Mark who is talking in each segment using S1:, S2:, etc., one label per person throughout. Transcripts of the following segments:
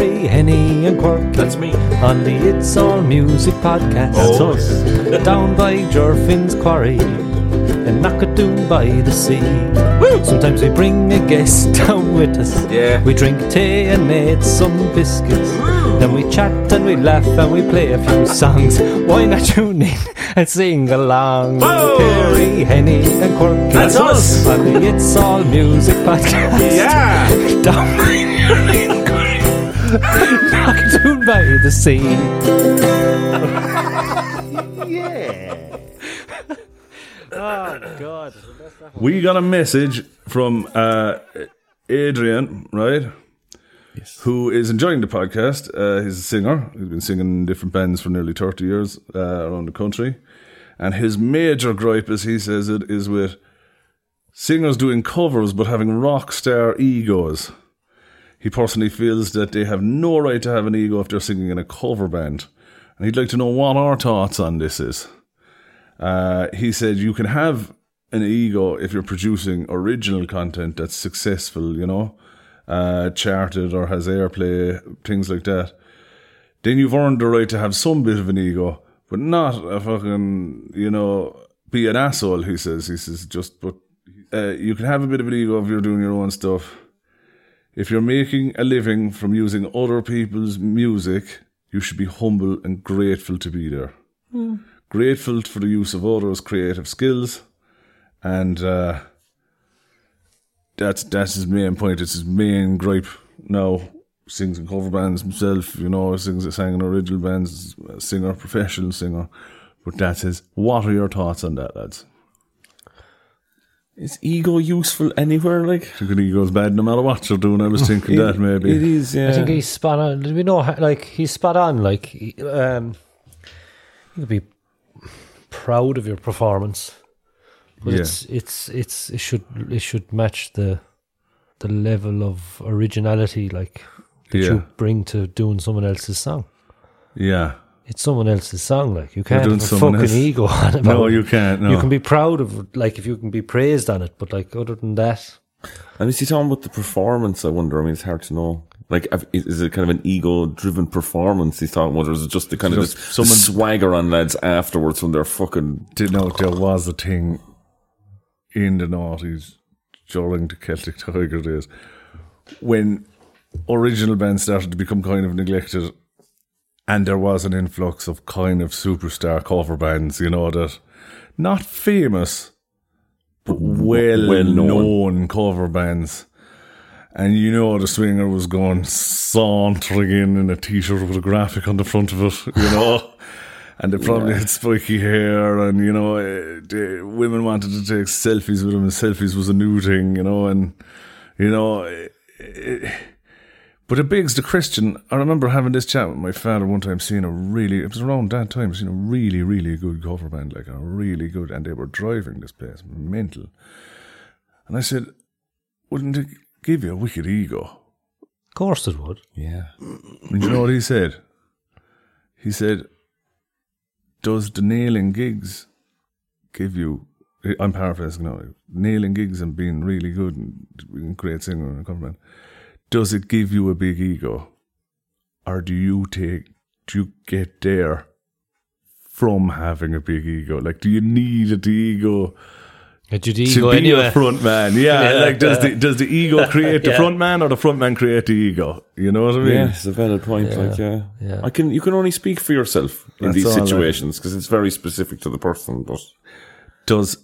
S1: Kenny and Quirk.
S2: That's me.
S1: On the It's All Music podcast.
S2: That's Oh, us.
S1: Down by Jorfin's Quarry and Knockadoo by the sea. Sometimes we bring a guest down with us.
S2: Yeah.
S1: We drink tea and eat some biscuits. Then we chat and we laugh and we play a few songs. Why not tune in and sing along?
S2: Whoa.
S1: Kerry, Henny, and Quirk.
S2: That's us.
S1: On the It's All Music podcast.
S2: Yeah.
S1: Down by Jorfin's Quarry. Knockadoo by the sea. God.
S3: We got a message from uh, Adrian, right? Yes. Who is enjoying the podcast. Uh, he's a singer. He's been singing in different bands for nearly 30 years uh, around the country. And his major gripe, as he says it, is with singers doing covers but having rock star egos. He personally feels that they have no right to have an ego if they're singing in a cover band. And he'd like to know what our thoughts on this is. Uh, he said you can have an ego if you're producing original content that's successful, you know, uh, charted or has airplay, things like that. Then you've earned the right to have some bit of an ego, but not a fucking, you know, be an asshole. He says, he says, just but uh, you can have a bit of an ego if you're doing your own stuff. If you're making a living from using other people's music, you should be humble and grateful to be there grateful for the use of others' creative skills, and uh, that's that's his main point. It's his main gripe. Now sings in cover bands himself, you know, sings sang in original bands, singer, professional singer. But that's his. What are your thoughts on that, lads?
S2: Is ego useful anywhere? Like
S3: You think he goes bad no matter what you're doing. I was thinking that maybe.
S2: it is. Yeah.
S4: I think he's spot on. We know, how- like he's spot on. Like he- um, you could be proud of your performance, but
S3: Yeah.
S4: it's it's it's it should it should match the the level of originality like that
S3: Yeah.
S4: you bring to doing someone else's song.
S3: Yeah.
S4: It's someone else's song. Like you can't
S3: doing
S4: have a
S3: someone
S4: fucking
S3: else's-
S4: ego on about
S3: No,
S4: it.
S3: you can't. No.
S4: You can be proud of like if you can be praised on it, but like other than that,
S2: And is he talking about the performance? I wonder. I mean, it's hard to know. Like, if- is is it kind of an ego-driven performance he's talking about, or is it just the kind
S3: Just
S2: of this,
S3: someone-
S2: the swagger on lads afterwards when they're fucking?
S3: did note there was a thing in the noughties during the Celtic Tiger days when original bands started to become kind of neglected and there was an influx of kind of superstar cover bands, you know, that not famous but well,
S2: well known.
S3: known cover bands. And you know the swinger was going sauntering in in a t-shirt with a graphic on the front of it, you know. and they probably had spiky hair, and you know, eh, the women wanted to take selfies with him, and selfies was a new thing, you know, and you know. eh, eh, but it begs the question. I remember having this chat with my father one time, seeing a really, it was around that time, seeing a really, really good cover band, like a really good, and they were driving this place, mental. And I said, wouldn't it give you a wicked ego?
S4: of course it would.
S2: Yeah.
S3: And you know what he said? He said, Does the nailing gigs give you. I'm paraphrasing now. Nailing gigs and being really good and being a great singer and a cover band, does it give you a big ego? Or do you take. Do you get there from having a big ego? Like, do you need the ego?
S4: Did
S3: to
S4: ego
S3: be
S4: anyway?
S3: a front man. Yeah,
S4: Yeah.
S3: like does the does the ego create the
S4: Yeah.
S3: front man or the front man create the ego? You know what I mean?
S2: Yeah, it's a valid point. Like, yeah,
S4: yeah.
S2: I can. You can only speak for yourself in
S3: That's
S2: these
S3: all, like-
S2: situations because it's very specific to the person. But
S3: Does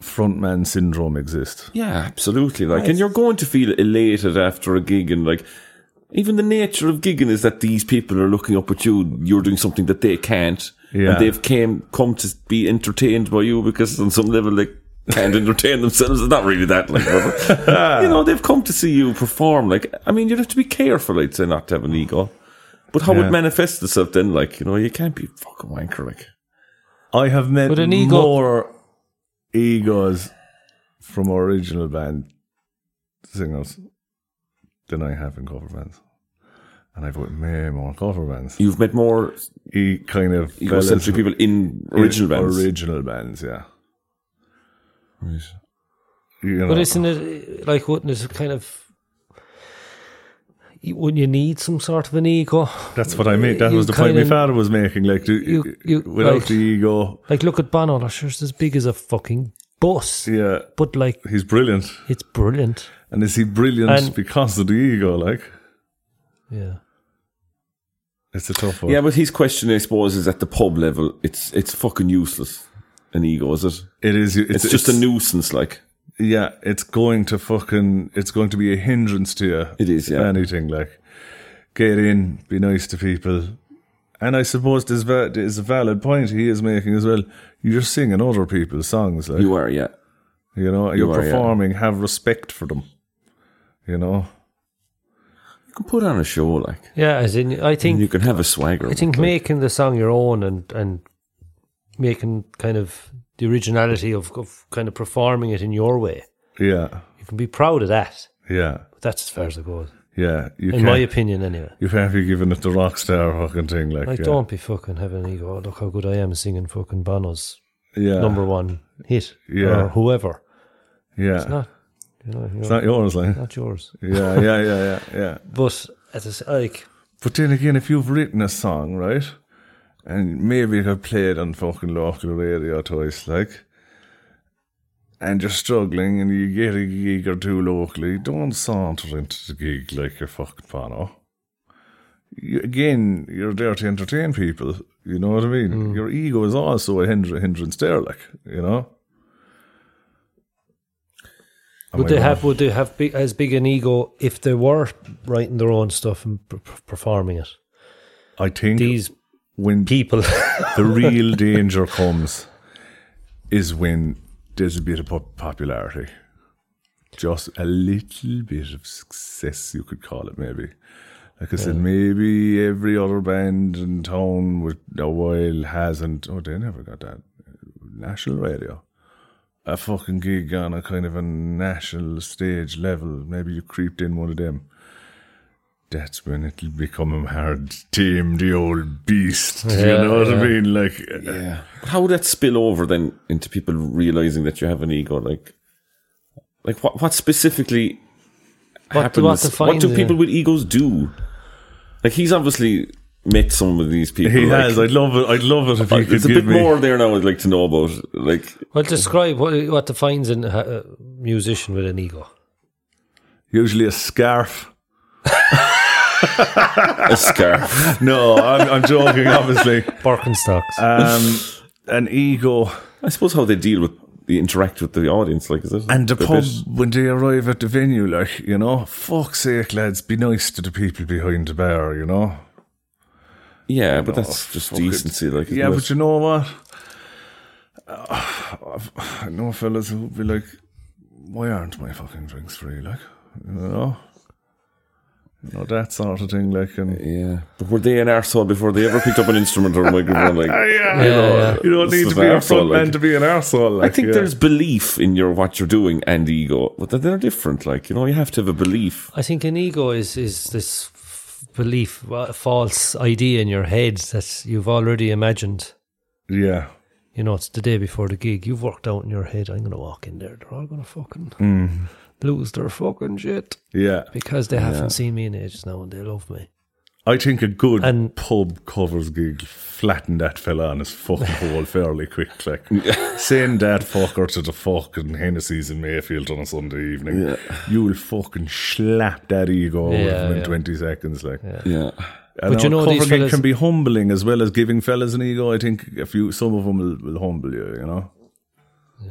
S3: front man syndrome exist?
S2: yeah, absolutely. Like, and you're going to feel elated after a gig, and like, even the nature of gigging is that these people are looking up at you. You're doing something that they can't,
S3: Yeah.
S2: and they've came come to be entertained by you because on some level they can't entertain themselves. It's not really that, like, but, you know, they've come to see you perform. Like, I mean, you'd have to be careful, I'd say, not to have an ego. But how
S3: Yeah.
S2: it manifests itself then, like, you know, you can't be fucking wanker, like.
S3: I have met
S4: With an ego-
S3: more egos from original band singers than I have in cover bands. And I've got way more cover bands.
S2: You've met more
S3: E kind of fellas
S2: egocentric people in
S3: who-
S2: original bands.
S3: Original bands, yeah. You know,
S4: But isn't it like wouldn't it kind of
S1: you- when you need some sort of an ego,
S3: That's what I mean. That
S1: You
S3: was the point my
S1: kinda-
S3: father was making. Like, do-
S1: You- you-
S3: without
S1: right.
S3: the ego,
S1: like look at Bono, they're just as big as a fucking bus,
S3: yeah,
S1: but like
S3: he's brilliant.
S1: it's brilliant.
S3: And is he brilliant
S1: And-
S3: because of the ego? Like,
S1: Yeah,
S3: it's a tough one.
S2: Yeah, but his question, I suppose, is at the pub level. It's it's fucking useless. An ego, is it?
S3: it is.
S2: It's, just a nuisance. Like
S3: yeah. It's going to fucking. It's going to be a hindrance to you.
S2: It is, yeah.
S3: Anything like, get in, be nice to people, and I suppose this va- is a valid point he is making as well. You're singing other people's songs, like
S2: you are, yeah.
S3: you know, you're
S2: are, yeah.
S3: performing. Have respect for them. You know,
S2: You can put on a show, like
S1: yeah. As in, I think
S2: and you can have a swagger.
S1: I think making the song your own and and making kind of the originality of, of kind of performing it in your way,
S3: yeah,
S1: you can be proud of that.
S3: yeah,
S1: But that's as far as it goes,
S3: yeah. You
S1: in
S3: can't-
S1: my opinion, anyway.
S3: You have you given it the rock star fucking thing, like,
S1: Like,
S3: yeah.
S1: don't be fucking having an ego. "Oh, Look how good I am singing fucking Bono's
S3: yeah,
S1: number one hit
S3: Ah. Yeah.
S1: or whoever.
S3: yeah, it's not,
S1: Not, you know, you're-
S3: yours, like,
S1: not yours.
S3: yeah, yeah, yeah, yeah, yeah.
S1: But as I say, like,
S3: But then again, if you've written a song, right, and maybe it have played on fucking local radio twice, like, and you're struggling and you get a gig or two locally, don't saunter into the gig like you're fucking Bono. You, again, you're there to entertain people. You know what I mean? Your ego is also a hinder- hindrance there, like, you know? Am
S1: would they
S3: I wrong?
S1: have would they have big, as big an ego if they were writing their own stuff and p- p- performing it?
S3: I think
S1: These
S3: when
S1: people,
S3: the real danger comes is when there's a bit of pop- popularity. Just a little bit of success, you could call it, maybe. Like I said, maybe every other band in town with a while hasn't. Oh, they never got that. uh, National radio. A fucking gig on a kind of a national stage level. Maybe you creeped in one of them. That's when it'll become hard to tame the old beast.
S1: Yeah,
S3: you know what I
S1: yeah.
S3: mean? Like, uh,
S2: Yeah. But how would that spill over then into people realizing that you have an ego? Like, like what what specifically
S1: what,
S2: happens?
S1: do- what,
S2: What,
S1: defines
S2: do
S1: it?
S2: people with egos do? Like he's obviously met some of these people.
S3: He
S2: like,
S3: has. I'd love it. I'd love it if he could
S2: There's a
S3: give
S2: bit
S3: me.
S2: more there now. I'd like to know about. Like,
S1: Well, describe what what defines an- a a musician with an ego.
S3: Usually a scarf.
S2: a scarf.
S3: No, I'm, I'm joking. Obviously,
S1: Birkenstocks.
S3: um, an ego
S2: I suppose how they deal with they interact with the audience. Like, is it
S3: and the
S2: a
S3: pub
S2: bit-
S3: when they arrive at the venue. Like you know, fuck's sake, lads, be nice to the people behind the bar. You know.
S2: Yeah, but that's
S3: Oh,
S2: just
S3: fuck it.
S2: decency. Like,
S3: yeah,
S2: isn't
S3: but
S2: it?
S3: you know what? I've- I know fellas who'd be like, "Why aren't my fucking drinks free?" Like, you know, you know that sort of thing. Like, and
S2: yeah. But were they an arsehole before they ever picked up an instrument or a microphone? Like,
S3: yeah,
S1: you know, yeah.
S3: you don't
S2: This
S3: need to
S2: is
S3: be
S2: an
S3: a
S2: arsehole,
S3: front man
S2: like-
S3: to be an arsehole.
S2: I
S3: like,
S2: think
S3: yeah.
S2: there's belief in your what you're doing and ego, but they're- they're different. Like you know, you have to have a belief.
S1: I think an ego is is this f- belief, a false idea in your head that you've already imagined.
S3: yeah,
S1: You know, it's the day before the gig. You've worked out in your head. I'm going to walk in there. They're all going to fucking lose their fucking shit
S3: Mm. yeah.
S1: because they haven't seen me in ages now, and they love me.
S3: I think a good
S1: And-
S3: pub covers gig flattened that fella on his fucking hole fairly quick. Like send that fucker to the fucking Hennessy's in Mayfield on a Sunday evening. You will fucking slap that ego out
S1: Yeah,
S3: of him in
S1: yeah.
S3: twenty seconds. Like,
S2: Yeah,
S3: And
S1: But you know
S3: cover
S1: these
S3: gig
S1: fellas-
S3: can be humbling as well as giving fellas an ego. I think a few, some of them will, will humble you. You know.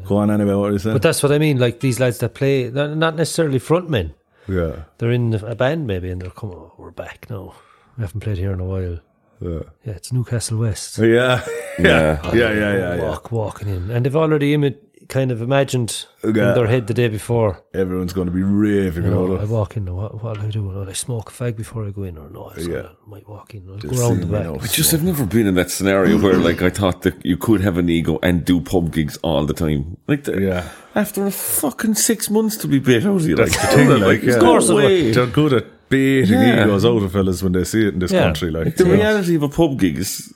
S3: Go on anyway. What are you saying?
S1: But that's what I mean. Like these lads that play, they're not necessarily frontmen.
S3: yeah,
S1: They're in a band maybe, and they're coming. Oh, we're back now. We haven't played here in a while.
S3: yeah,
S1: Yeah, it's Newcastle West.
S3: yeah, yeah, yeah, yeah, yeah. yeah.
S1: Walk, walking in, and they've already imi- kind of imagined
S3: Yeah.
S1: in their head the day before.
S3: Everyone's going to be raving
S1: You know,
S3: about
S1: I
S3: it.
S1: walk in. What, what will I do? Will I smoke a fag before I go in, or no? I just
S3: Yeah.
S1: gotta- might walk in. I'll go round the
S3: You
S1: back.
S3: know,
S2: I just have never been in that scenario where like I thought that you could have an ego and do pub gigs all the time. Like, the,
S3: Yeah.
S2: after a fucking six months to be bit out of you, like,
S3: the thing, like, yeah.
S2: of
S3: Of
S2: course
S1: course
S2: no
S1: it would.
S2: way.
S3: They're good at baiting
S2: Yeah.
S3: egos out of fellas when they see it in this
S1: Yeah.
S3: country. Like,
S2: The reality of a pub gig is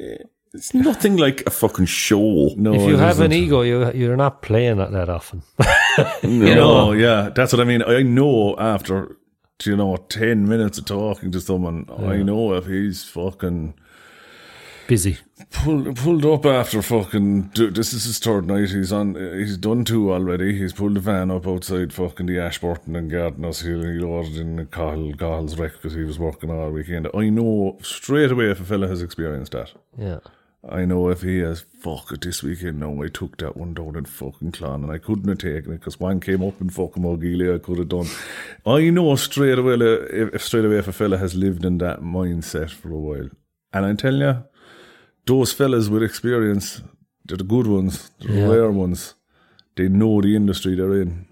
S2: eh, it's nothing like a fucking show.
S3: no,
S1: If you
S3: it
S1: have an
S3: isn't.
S1: ego, you you're not playing that that often.
S2: you
S3: Oh, no, yeah, that's what I mean. I know after you know, 10 minutes of talking to someone, I know if he's fucking
S1: Busy.
S3: pulled pulled up after fucking. d- This is his third night. He's on. He's done two already. He's pulled the van up outside fucking the Ashburton and Gardner's Hill. He ordered in Carl Carl's wreck because he was working all weekend. I know straight away if a fella has experienced that.
S1: Yeah.
S3: I know if he has fuck it this weekend. No, I took that one down in fucking Clan and I couldn't have taken it because one came up in fucking Mogilio. I could have done. I know straight away uh, if, if straight away if a fella has lived in that mindset for a while. And I'm telling you, those fellas with experience, they're the good ones, they're the rare ones. They know the industry they're in.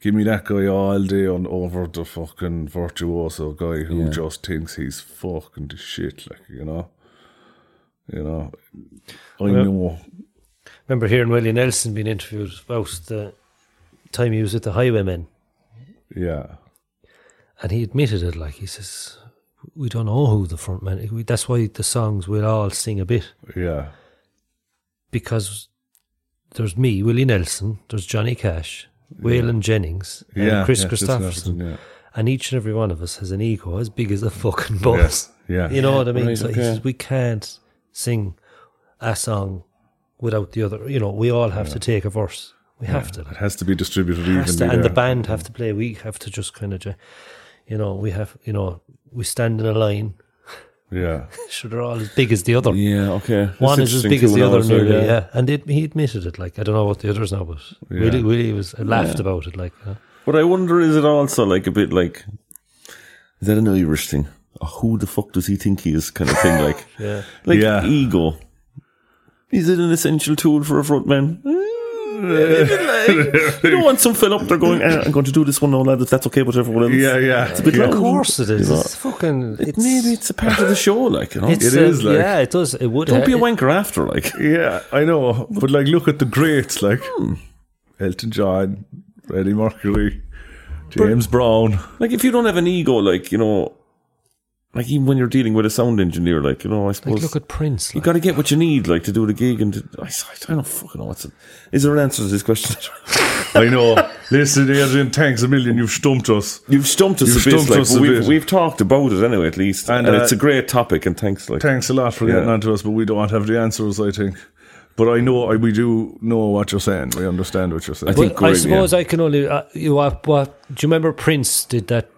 S3: Give me that guy all day on over the fucking virtuoso guy who just thinks he's fucking the shit, like you know. You know, I know.
S1: Remember hearing Willie Nelson being interviewed about the time he was with the Highwaymen,
S3: Yeah,
S1: and he admitted it. Like he says, we don't know who the front man. we- That's why the songs we'll all sing a bit
S3: yeah,
S1: because there's me, Willie Nelson, there's Johnny Cash, Waylon Jennings, and
S3: yeah.
S1: Chris
S3: yeah,
S1: Christopherson,
S3: Yeah,
S1: and each and every one of us has an ego as big as a fucking bus.
S3: yeah.
S1: You know what I mean?
S2: Right,
S1: so he
S2: okay.
S1: says we can't sing a song without the other. You know, we all have to take a verse. We have to.
S3: it has to be distributed
S1: has
S3: evenly.
S1: to, and the
S3: there.
S1: band have to play. We have to just kind of, you know, we have, you know, we stand in a line.
S3: yeah,
S1: Sure, they're all as big as the other.
S2: Yeah, okay. That's
S1: One is as
S2: interesting
S1: big as
S2: too,
S1: the
S2: now,
S1: other,
S2: so,
S1: nearly. Yeah. and it, he admitted it. Like I don't know what the others know, but really, really was uh, laughed about it. Like, you know.
S2: But I wonder, is it also like a bit like, is that an Irish thing? A who the fuck does he think he is kind of thing? Like,
S1: yeah,
S2: like
S3: Yeah.
S2: ego. Is it an essential tool for a frontman? you don't want some fell up there going, "Eh, I'm going to do this one now, lad, if that's okay with everyone else.
S3: yeah, yeah. It's
S2: bit
S3: yeah.
S2: like-
S1: of course it is.
S2: You know,
S1: It's fucking.
S2: It,
S1: It's,
S2: maybe it's a part of the show, like, you know.
S1: it's,
S3: it
S1: uh,
S3: is, like-
S1: yeah, it does. It would.
S2: don't be a
S1: it-
S2: wanker after, like.
S3: Yeah, I know. But like, look at the greats like
S1: Hmm.
S3: Elton John, Freddie Mercury, James Brown.
S2: Like, if you don't have an ego, like, you know, like, even when you're dealing with a sound engineer, like, you know, I suppose.
S1: Like, look at Prince.
S2: You
S1: Like,
S2: got to get what you need, like to do the gig, and to, I, I don't fucking know what's. It, is there an answer to this question?
S3: I know. Listen, Adrian, thanks a million. You've stumped us.
S2: You've stumped us
S3: You've
S2: a bit.
S3: stumped
S2: like,
S3: us
S2: but
S3: a
S2: we've,
S3: bit.
S2: we've talked about it anyway, at least,
S3: And,
S2: and,
S3: uh,
S2: it's a great topic. And thanks, like
S3: Thanks a lot for getting
S2: Yeah.
S3: on to us, but we don't have the answers. I think. But I know I, we do know what you're saying. We understand what you're saying.
S2: I think
S1: I
S2: Greg,
S1: suppose I can only. Uh, you what, what? Do you remember Prince did that?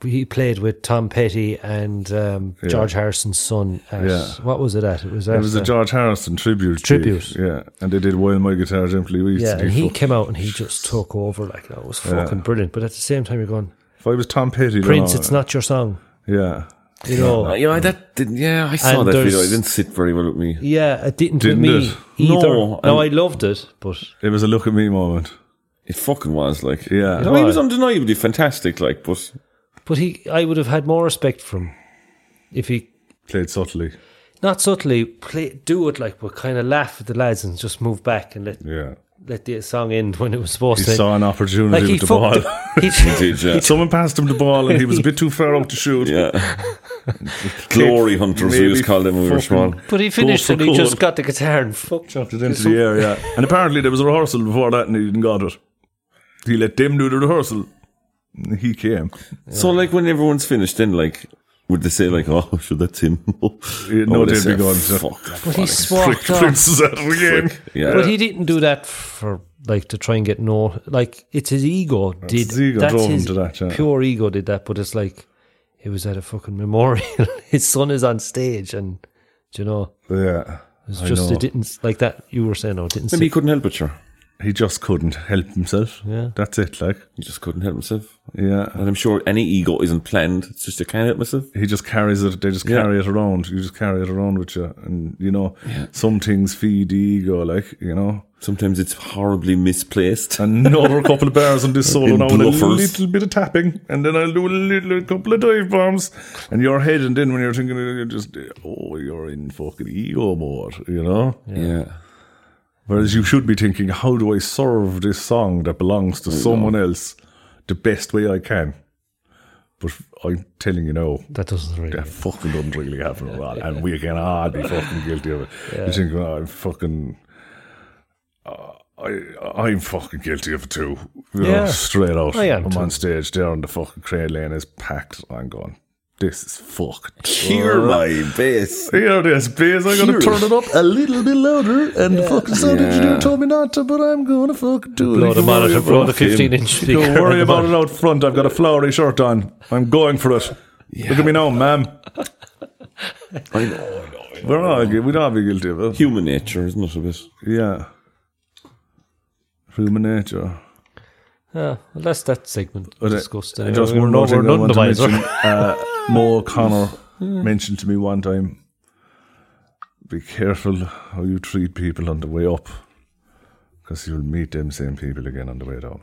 S1: He played with Tom Petty and um, George Harrison's son. At,
S3: Yeah.
S1: What was it at? It was. At,
S3: it was a
S1: uh,
S3: George Harrison tribute. gig.
S1: Tribute.
S3: Yeah, and they did "While My Guitar Gently Weeps."
S1: Yeah,
S3: and
S1: and he
S3: fuck-
S1: came out and he just took over. Like that was fucking brilliant. But at the same time, you're going,
S3: if I was Tom Petty, then
S1: Prince,
S3: I-
S1: it's not your song.
S3: Yeah,
S1: You know.
S2: Uh, you know, that didn't, yeah, I saw
S1: And
S2: that video.
S1: there's-
S2: It didn't sit very well with me.
S1: Yeah, it didn't,
S3: Didn't
S1: with me
S3: it?
S1: either.
S2: No,
S1: No, I loved it, but
S3: it was a look at me moment.
S2: It fucking was like,
S3: Yeah.
S2: I mean, he was undeniably fantastic. Like, but
S1: but he, I would have had more respect for him if he
S3: Played subtly.
S1: not subtly play, do it like, but kind of laugh at the lads and just move back and let
S3: Yeah.
S1: let the song end when it was supposed
S3: He
S1: to.
S3: saw an opportunity
S1: like he
S3: with the
S1: fucked.
S3: ball.
S1: He,
S2: did yeah,
S3: Someone passed him the ball and he was a bit too far out to shoot.
S2: yeah. glory hunters we
S3: maybe
S2: used to call them when we were small.
S3: fucking-
S1: but he finished
S3: for
S1: and he
S3: goal.
S1: just got the guitar and fucked
S3: Chucked it into the air, yeah. And apparently there was a rehearsal before that and he didn't got it. He let them do the rehearsal. And He came.
S2: So like when everyone's finished, then like. Would they say like, "Oh, sure, that's him"?
S3: Yeah, no,
S2: Or would
S3: they'd
S2: say,
S3: be gone, so-
S2: Fuck, that
S1: But he swapped off.
S3: Prince is out of the game.
S2: yeah.
S1: But he didn't do that for like to try and get no. Like it's his ego did.
S3: his ego
S1: that's
S3: drove him
S1: his
S3: to that, yeah.
S1: Pure ego did that, but it's like it was at a fucking memorial. his son is on stage, and do you know,
S3: Yeah.
S1: it's
S3: I
S1: just
S3: know.
S1: it didn't like that. You were saying, no, it didn't.
S2: Maybe he
S1: sit-
S2: couldn't help it, sure.
S3: He just couldn't help himself.
S1: Yeah.
S3: That's it, like.
S2: He just couldn't help himself.
S3: Yeah.
S2: And I'm sure any ego isn't planned. It's just I can't help myself.
S3: He just carries it. They just
S2: Yeah.
S3: carry it around. You just carry it around with you. And, you know, some things feed the ego, like, you know.
S2: Sometimes it's horribly misplaced.
S3: another couple of bars on this solo
S2: In
S3: now, and a
S2: bluffers.
S3: little bit of tapping, and then I'll do a little a couple of dive bombs, and you're heading in when you're thinking, you're just oh, you're in fucking ego mode, you know.
S2: yeah.
S3: Whereas you should be thinking, how do I serve this song that belongs to someone else the best way I can? But I'm telling you now,
S1: that doesn't really.
S3: that er fucking doesn't really happen at all, and we can all be fucking guilty of it. You think, oh, I'm fucking. I, I'm fucking guilty of it too. You know,
S1: Yeah.
S3: straight out.
S1: I am
S3: I'm
S1: too.
S3: on stage there on the fucking crane lane is packed. I'm going, this is fucked.
S2: Hear my bass.
S3: Hear this, please. I'm going to turn it up a little bit louder. And the fucking sound engineer told me not to, but I'm going to fucking do
S1: Blow
S3: it.
S1: the
S3: Don't
S1: monitor,
S3: worry
S1: blow the
S3: about it.
S1: 15 inch speaker.
S3: Don't
S1: on
S3: worry
S1: the
S3: about
S1: monitor.
S3: it out front. I've got a flowery shirt on. I'm going for it. Look at me now, ma'am.
S2: I know.
S3: We're all, gu- we'd all be guilty of it.
S2: Human nature, isn't it? A bit.
S3: Yeah. Human nature.
S1: Yeah, well, that's that segment
S3: But, uh,
S1: discussed.
S3: I
S1: anyway.
S3: just
S1: We
S3: one
S1: know
S3: more thing
S1: we're
S3: I want to
S1: none the
S3: mention.
S1: wiser.
S3: Uh, Mo O'Connor mentioned to me one time, be careful how you treat people on the way up, because you'll meet them same people again on the way down.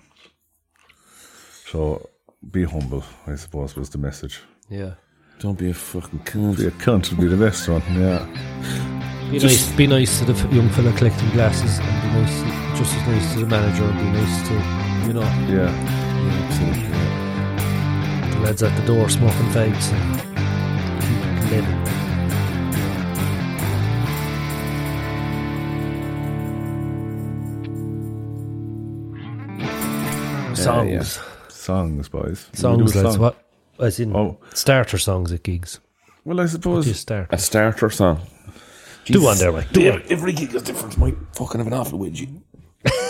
S3: So be humble, I suppose, was the message.
S1: Yeah.
S2: Don't be a fucking
S3: Be
S2: cunt.
S3: a cunt would be the best one, yeah.
S1: Be
S2: Just-
S1: nice, be nice to the f- young fella collecting glasses, and be nice, to, just as nice to the manager, and be nice to you know
S3: Yeah.
S2: Absolutely.
S1: the lads at the door smoking fags. And keep it living. Songs,
S3: Songs, boys. Did we
S1: songs,
S3: do a
S1: lads.
S3: song?
S1: What? As in
S3: Oh.
S1: starter songs at gigs.
S3: Well, I
S1: Do
S3: suppose.
S1: start?
S2: A starter song.
S1: Do one there, Mike. Do one.
S2: Every gig is different. Mike, fucking have an awful wedgie.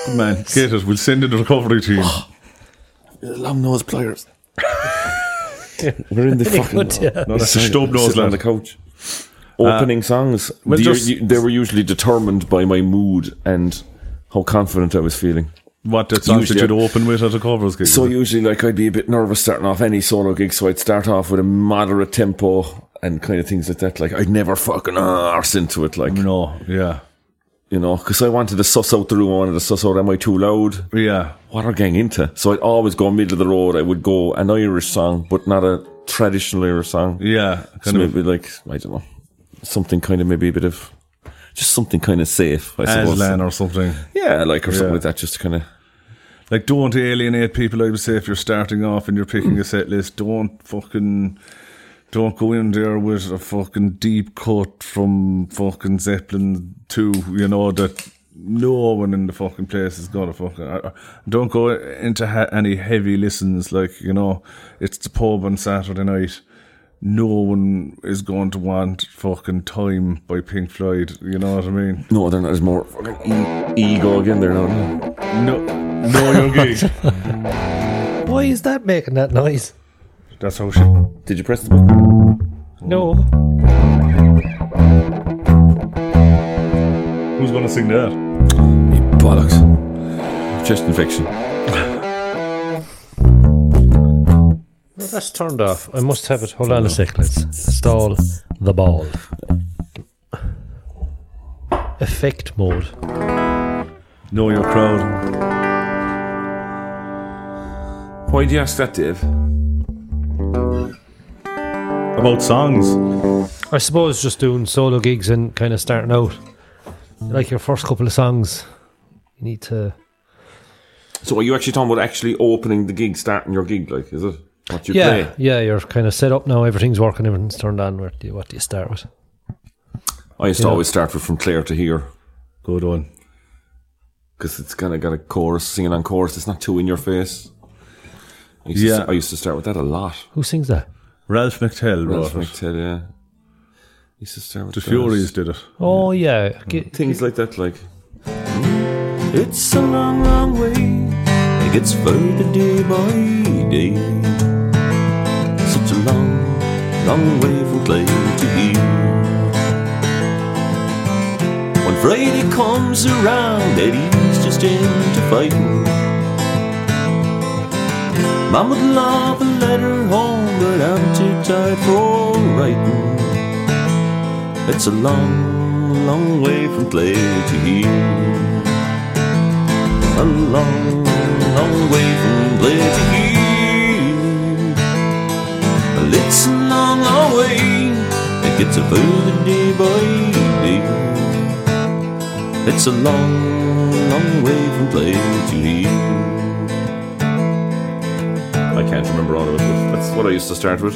S3: Good man, get it. We'll send in the recovery team.
S2: Oh, Long nose pliers. We're in the fucking.
S1: good, yeah.
S3: No, that's a
S2: Sitting-
S3: stub nose,
S2: sitting on
S3: lad.
S2: the couch. Opening songs.
S3: well,
S2: The-
S3: just-
S2: you- they were usually determined by my mood and how confident I was feeling.
S3: What that songs that
S2: Usually
S3: you'd open with at a covers gig?
S2: So usually, like, I'd be a bit nervous starting off any solo gig, so I'd start off with a moderate tempo and kind of things like that. Like, I'd never fucking arse into it, like,
S3: no, yeah,
S2: you know, because I wanted to suss out the room, I wanted to suss out, am I too loud?
S3: yeah.
S2: What are gang into? So I'd always go middle of the road. I would go an Irish song, but not a traditional Irish song.
S3: Yeah,
S2: So
S3: kind of
S2: maybe like I don't know, something kind of maybe a bit of just something kind of safe, I suppose.
S3: Aslan or something.
S2: Yeah, like or something
S3: Yeah.
S2: like that. Just kind of
S3: Like, don't alienate people. I would say if you're starting off and you're picking a set list, don't fucking don't go in there with a fucking deep cut from fucking Zeppelin two. You know that no one in the fucking place is gonna fucking. uh, uh, Don't go into ha- any heavy listens. Like you know, it's the pub on Saturday night. No one is going to want fucking time by Pink Floyd. You know what I mean?
S2: no, they're not. There's more fucking e- ego again. They're not.
S3: No, no, your gig.
S1: Why is that making that noise?
S3: That's how shit.
S2: Did you press the button?
S1: No.
S3: Who's gonna sing that?
S2: You bollocks! Chest infection.
S1: Well, that's turned off. I must have it. Hold on a sec. Let's stall the ball. Effect mode.
S3: Know your crowd.
S2: Why do you ask that, Dave?
S3: About songs.
S1: I suppose just doing solo gigs and kind of starting out. Like your first couple of songs, you need to.
S2: So are you actually talking about actually opening the gig, starting your gig? Like, is it what you
S1: yeah,
S2: play?
S1: yeah, you're kind of set up now. Everything's working, everything's turned on. Where do you, what do you start with?
S2: I used to always start with from Clare to here.
S3: Good one.
S2: because it's kind of got a chorus, singing on chorus. It's not too in your face. I used,
S3: Yeah.
S2: to, I used to start with that a lot.
S1: Who sings that?
S3: Ralph McTell
S2: Ralph
S3: wrote it.
S2: McTell, yeah. I used to start with
S3: The
S2: that.
S3: Furies did it.
S1: Oh, yeah. G-
S2: Things like that, like. It's a long, long way. It gets further day by day. Such a long, long way from Clare to here. When Friday comes around, Eddie's just into fighting. Mum would love a letter home, but I'm too tired for writing. It's a long, long way from Clare to here. A long, long way from Clare to here. Well, it's a long, long way. It gets a further day by day. It's a long, long way from Clare to here. I can't remember all of it, but that's what I used to start with.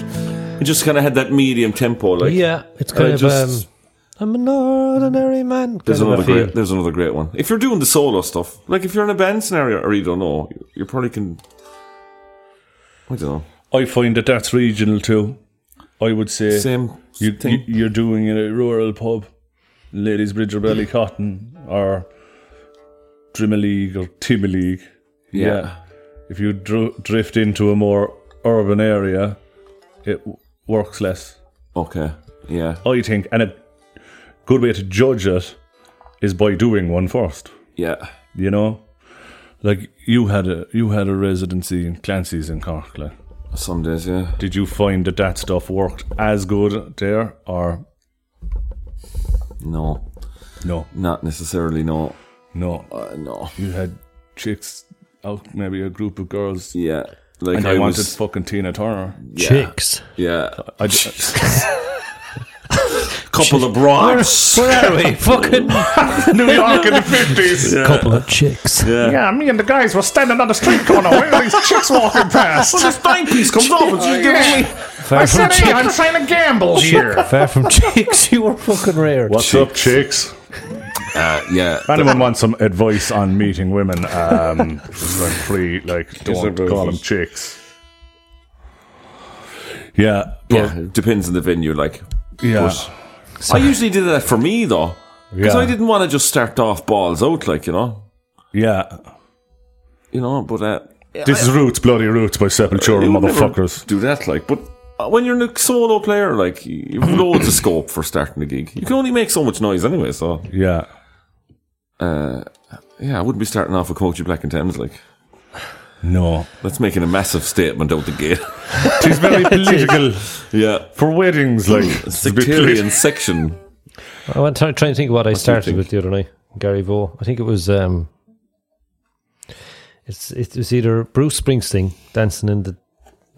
S2: It just kind of had that medium tempo, like
S1: yeah, it's
S2: and
S1: kind
S2: I
S1: of.
S2: just
S1: um, I'm an ordinary man.
S2: There's
S1: kind of a
S2: another
S1: feel.
S2: great. There's another great one. If you're doing the solo stuff, like if you're in a band scenario, or you don't know, you, you probably can. I don't know.
S3: I find that that's regional too. I would say
S2: Same
S3: you,
S2: thing.
S3: you- you're doing in a rural pub, Ladies Bridge or Belly Cotton or Drimma League or Timmy League.
S2: Yeah.
S3: If you dr- drift into a more urban area, it w- works less.
S2: Okay. Yeah.
S3: I think, and a good way to judge it is by doing one first.
S2: Yeah.
S3: You know, like you had a you had a residency in Clancy's in Cork. Like,
S2: Some days, yeah.
S3: did you find that that stuff worked as good there or
S2: No,
S3: no?
S2: not necessarily. No.
S3: No,
S2: Uh, no.
S3: you had chicks out, maybe a group of girls,
S2: Yeah. Like
S3: and
S2: I
S3: I wanted
S2: was.
S3: fucking Tina Turner.
S2: yeah.
S1: Chicks.
S2: Yeah.
S3: I d-
S2: Couple of broads.
S1: Where are we? Fucking
S3: New York in the fifties. Yeah.
S1: couple of chicks.
S3: me and the guys were standing on the street corner. Where are these chicks walking past?
S2: This dime piece comes off. It's just giving me.
S1: Far, from,
S3: hey, I'm trying to gamble here.
S1: far from chicks, you were fucking rare.
S3: What's up, chicks?
S2: Uh, yeah.
S3: If anyone wants some advice on meeting women, um, like free, like don't
S2: about
S3: call
S2: it.
S3: them chicks. Yeah, but,
S2: Yeah. it Depends on the venue. Like.
S3: yeah.
S2: But I usually did that for me though, because
S3: Yeah.
S2: I didn't want to just start off balls out. Like you know.
S3: yeah.
S2: You know. But uh,
S3: This is Roots, Bloody Roots by Sepultura,
S2: You would never
S3: motherfuckers.
S2: Do that, like, but uh, when you're a solo player, like, you- you've loads of scope for starting a gig. You can only make so much noise anyway, so
S3: Yeah.
S2: yeah, I wouldn't be starting off with Coachy Black and Thames. Like,
S3: No.
S2: that's making a massive statement out the gate.
S3: It's very political
S2: yeah,
S3: for weddings, like. it's a bit
S2: sectarian section.
S1: I went try- trying to think of what I started
S2: think?
S1: with the other night. Gary Vaux. I think it was. um It's it was either Bruce Springsteen dancing in the,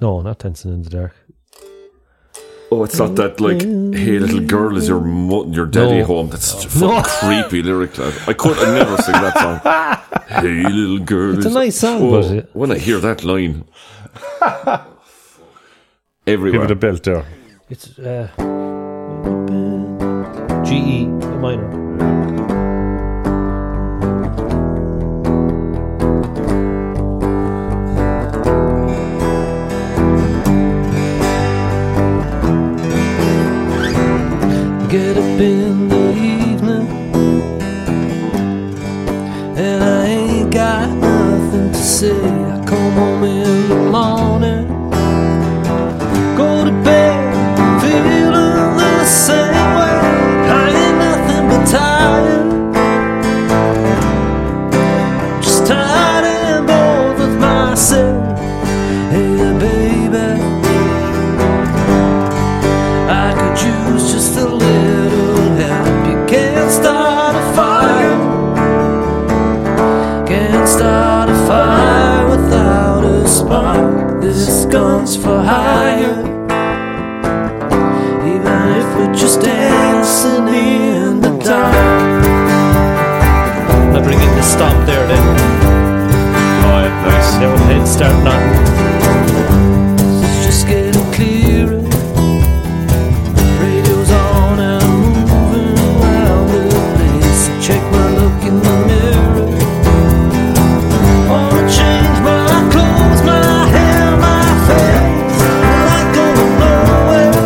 S1: no, not dancing in the dark.
S2: Oh, it's not that like, hey, little girl, is your mo- your daddy
S1: No.
S2: home? That's such a fucking creepy lyric. Like. I could, I never sing that song. hey, little girl,
S1: It's a
S2: is-
S1: nice song,
S2: Oh,
S1: but it-
S2: when I hear that line,
S3: Give
S2: everywhere.
S3: it a belt there.
S1: It's uh, G E a minor. Get up in the evening, and I ain't got nothing to say. I come home in the morning go to bed feeling the same way. I ain't nothing but tired, just tired and bored with myself. Hey, there, baby, I could use just a little help. You can't start a fire. Can't start a fire without a spark. This gun's for hire. Even if we're just dancing in the dark. I bring in the stomp there then. Alright, nice. Now head start nothing. It's just getting clearer. Radio's on and I'm moving around the place. I check my look in the mirror. Wanna change my clothes, my hair, my face. But I go nowhere.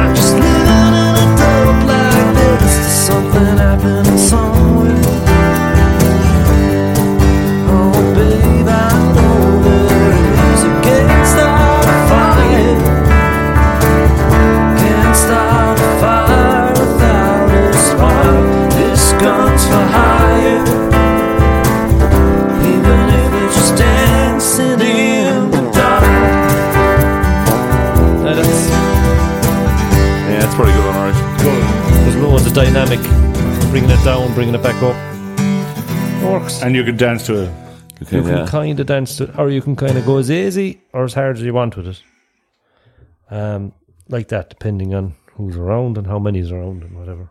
S1: I'm just living in a dump like this. There's something happening somewhere. Oh, babe, I know there is. You can't start a fire. Can't start a fire without a spark. This gun's for hire. Even if we're just dancing in the dark. That's
S2: yeah, that's pretty good, alright.
S1: there's no other dynamic. Bringing it down, bringing it back up. Works.
S3: And you could dance to it.
S2: Okay,
S1: You
S2: yeah.
S1: can kind of dance to it, or you can kind of go as easy or as hard as you want with it. Um, like that, depending on who's around and how many's around and whatever.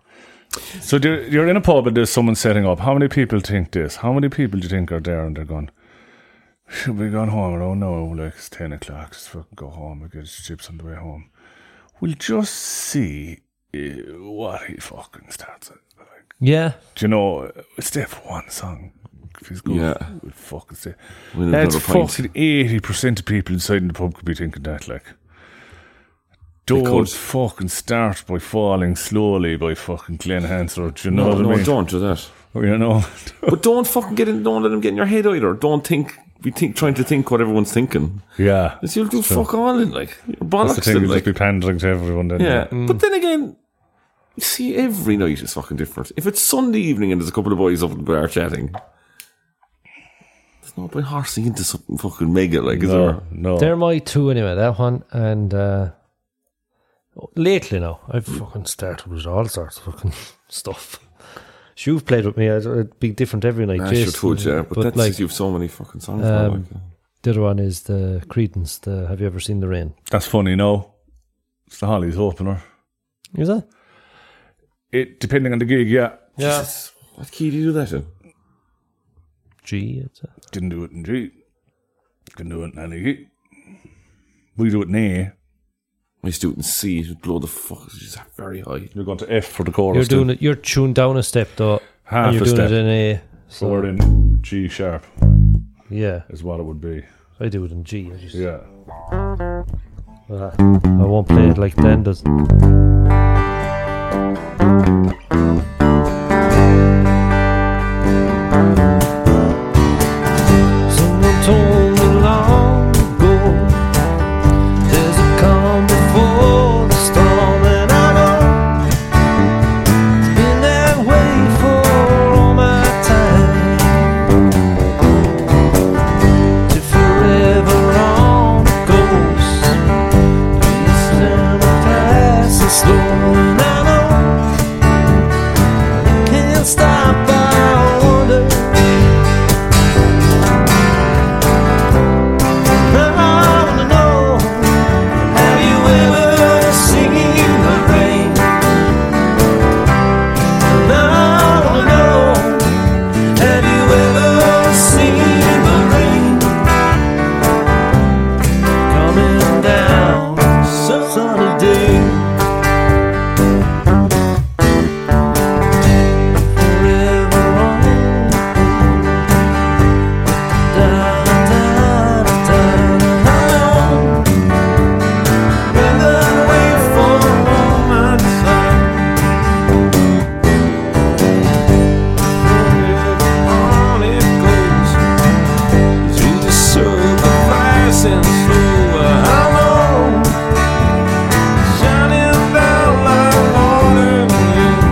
S3: So you're, you're in a pub and there's someone setting up. How many people think this? How many people do you think are there and they're going, Oh, should we go home? I don't know. Like, it's 10 o'clock. Just fucking go home. We get chips on the way home. We'll just see eh, what he fucking starts at. Like,
S1: Yeah.
S3: do you know, uh, stay for one song. If he's good,
S2: Yeah.
S3: we'll fucking stay.
S2: We need
S3: That's
S2: another pint.
S3: fucking eighty percent of people inside in the pub could be thinking that. Like, don't
S2: could.
S3: fucking start by falling slowly by fucking Glenn Hansard. Do you know
S2: No,
S3: what I
S2: no,
S3: mean?
S2: don't do that.
S3: You know,
S2: But don't fucking get in. Don't let them get in your head either. Don't think. Be think, trying to think what everyone's thinking.
S3: yeah.
S2: It's you'll do fuck all in like you're
S3: That's the
S2: bollocks.
S3: thing.
S2: Then,
S3: You'll
S2: like,
S3: just be pandering to everyone. Then
S2: yeah. But then again, you see, every night is fucking different. If it's Sunday evening and there's a couple of boys up at the bar chatting, there's no point horsing into something fucking mega like is there?
S3: No, no.
S1: They're my two anyway, that one. And uh, lately now, I've fucking started with all sorts of fucking stuff. You've played with me, I'd- it'd be different every night.
S2: Ah, sure,
S1: Jason,
S2: told you, but, that's
S1: like
S2: just, you have so many fucking songs.
S1: Um,
S2: now, like,
S1: the other one is the Credence, the Have You Ever Seen the Rain?
S3: That's funny. No, it's the Hollies opener.
S1: Is that?
S3: It depending on the gig. Yeah,
S1: Yeah.
S2: Jesus, uh, what key do you do that in?
S1: G. It's a,
S3: didn't do it in G. Couldn't do it in any G. We do it in A.
S2: I used to do it in C. It'd blow the fuck. It's just very high.
S3: You're going to F for the chorus.
S1: you're
S3: then.
S1: doing it. You're tuned down a step though.
S3: Half
S1: and you're
S3: a
S1: doing
S3: step.
S1: it in A.
S3: So
S1: So
S3: we're in G sharp
S1: yeah,
S3: is what it would be.
S1: I do it in G. I just
S3: Yeah.
S1: Uh, I won't play it like Dan does.
S4: Someone told me long ago There's a calm before the storm And I know It's been that way for all my time To forever on it goes Just and fast and slow And I know I can't stop, I wonder Forever on Da da da away for my time. On it goes through the circle, fast and slow. I know, shining down like morning dew.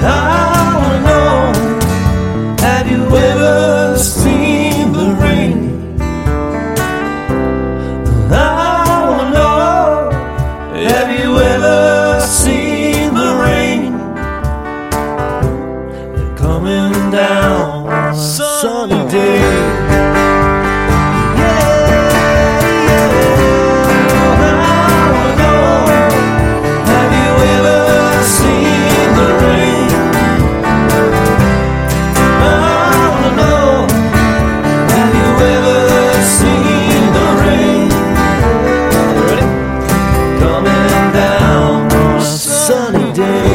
S4: I wanna know Have you ever seen the rain? I wanna know Have you ever seen the rain? They're coming down on a sunny day. Yeah, I wanna know have you ever seen the rain? I wanna know. Oh, Have you ever seen the rain? Coming down on a sunny day.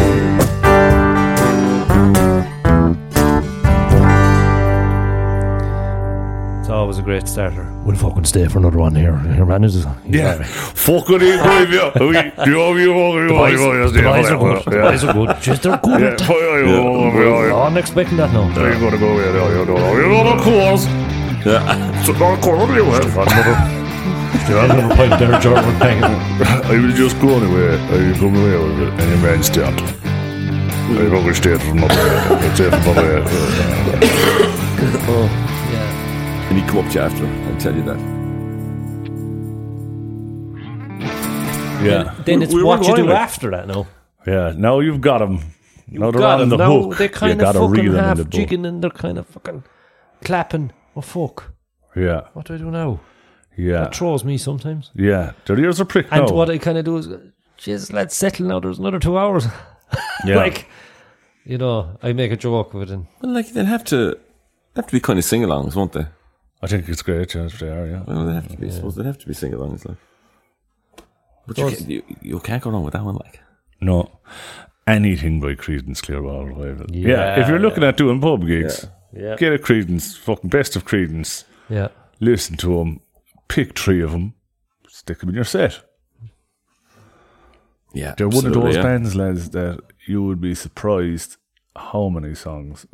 S1: It's always a great starter. We'll fucking stay for another one here. Your man is.
S3: Yeah. Fuck it, you believe you. Do you have you want you
S1: Boys,
S3: want
S1: the boys are good. The boys
S3: Yeah.
S1: are good. Just they're good.
S3: Yeah, Uh,
S1: at that. Oh, I'm expecting that now.
S3: You're gonna go yeah, yeah, you know, you know the course. It's not a course anyway. I
S1: I'm going to point there, German. Thank you.
S3: will just go anyway. I will come away with it. Any man stand. I probably stayed for another It's it for another
S2: And he come up to you after. I tell you that.
S3: Yeah.
S1: Then it's
S2: We- we
S1: what
S2: were
S1: you do
S2: going
S1: after that now.
S3: Yeah. Now you've got them. Now they're
S1: God,
S3: on the
S1: now
S3: hook.
S1: They're
S3: you
S1: kind
S3: got
S1: of
S3: to
S1: fucking
S3: reel them in the
S1: half
S3: book.
S1: jigging and they're kind of fucking clapping. Oh, fuck.
S3: Yeah.
S1: What do I do now?
S3: Yeah.
S1: That throws me sometimes.
S3: Yeah. Their ears are pricked
S1: And
S3: now.
S1: what I kind of do is, jeez, let's settle now. There's another two hours.
S3: yeah.
S1: like, you know, I make a joke of it and
S2: Well, like they'll have to have to be kind of sing-alongs, won't they?
S3: I think it's great. Yeah, they are. Yeah.
S2: Well, they have to be. I suppose they have to be sing alongs, like. But you can't, you, you can't go wrong with that one, like.
S3: No. Anything by Credence Clearwater Revival. Yeah, if you're looking at doing pub gigs,
S1: Yeah.
S3: get a Credence, fucking best of Credence.
S1: Yeah.
S3: Listen to them. Pick three of them. Stick them in your set.
S2: Yeah,
S3: They're one of
S2: absolutely,
S3: those
S2: yeah.
S3: bands, lads, that you would be surprised how many songs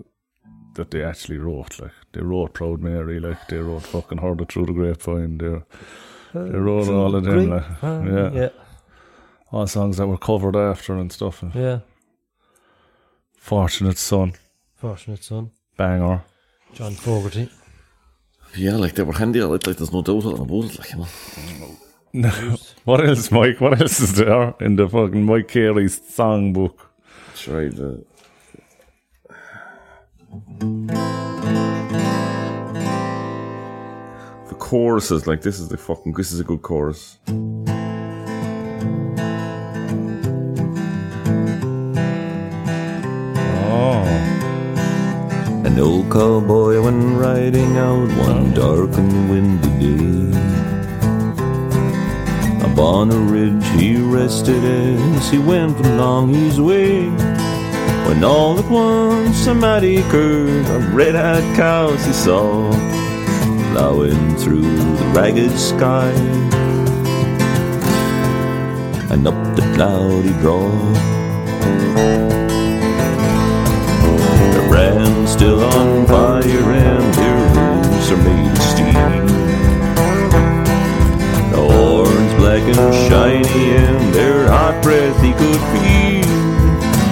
S3: that they actually wrote. Like they wrote Proud Mary, like they wrote fucking Heard It Through the Grapevine. They they wrote all of them, like
S2: Ah,
S3: yeah.
S1: Yeah.
S3: all songs that were covered after and stuff. And
S1: Yeah.
S3: Fortunate Son,
S1: Fortunate son.
S3: banger.
S1: John Fogerty.
S2: Yeah, like they were handy. Like, like there's no doubt about it. Like, you know.
S3: What else, Mike? What else is there in the fucking Mike Carey's songbook?
S2: Try the. The choruses, like this is the fucking this is a good chorus.
S3: Oh,
S4: An old cowboy went riding out one dark and windy day. Upon a ridge he rested as he went along his way. When all at once a mighty herd of red-eyed cows he saw plowing through the ragged sky. And up the cloudy draw The brand's still on fire and their roofs are made of steam. The horns black and shiny and their hot breath he could feel.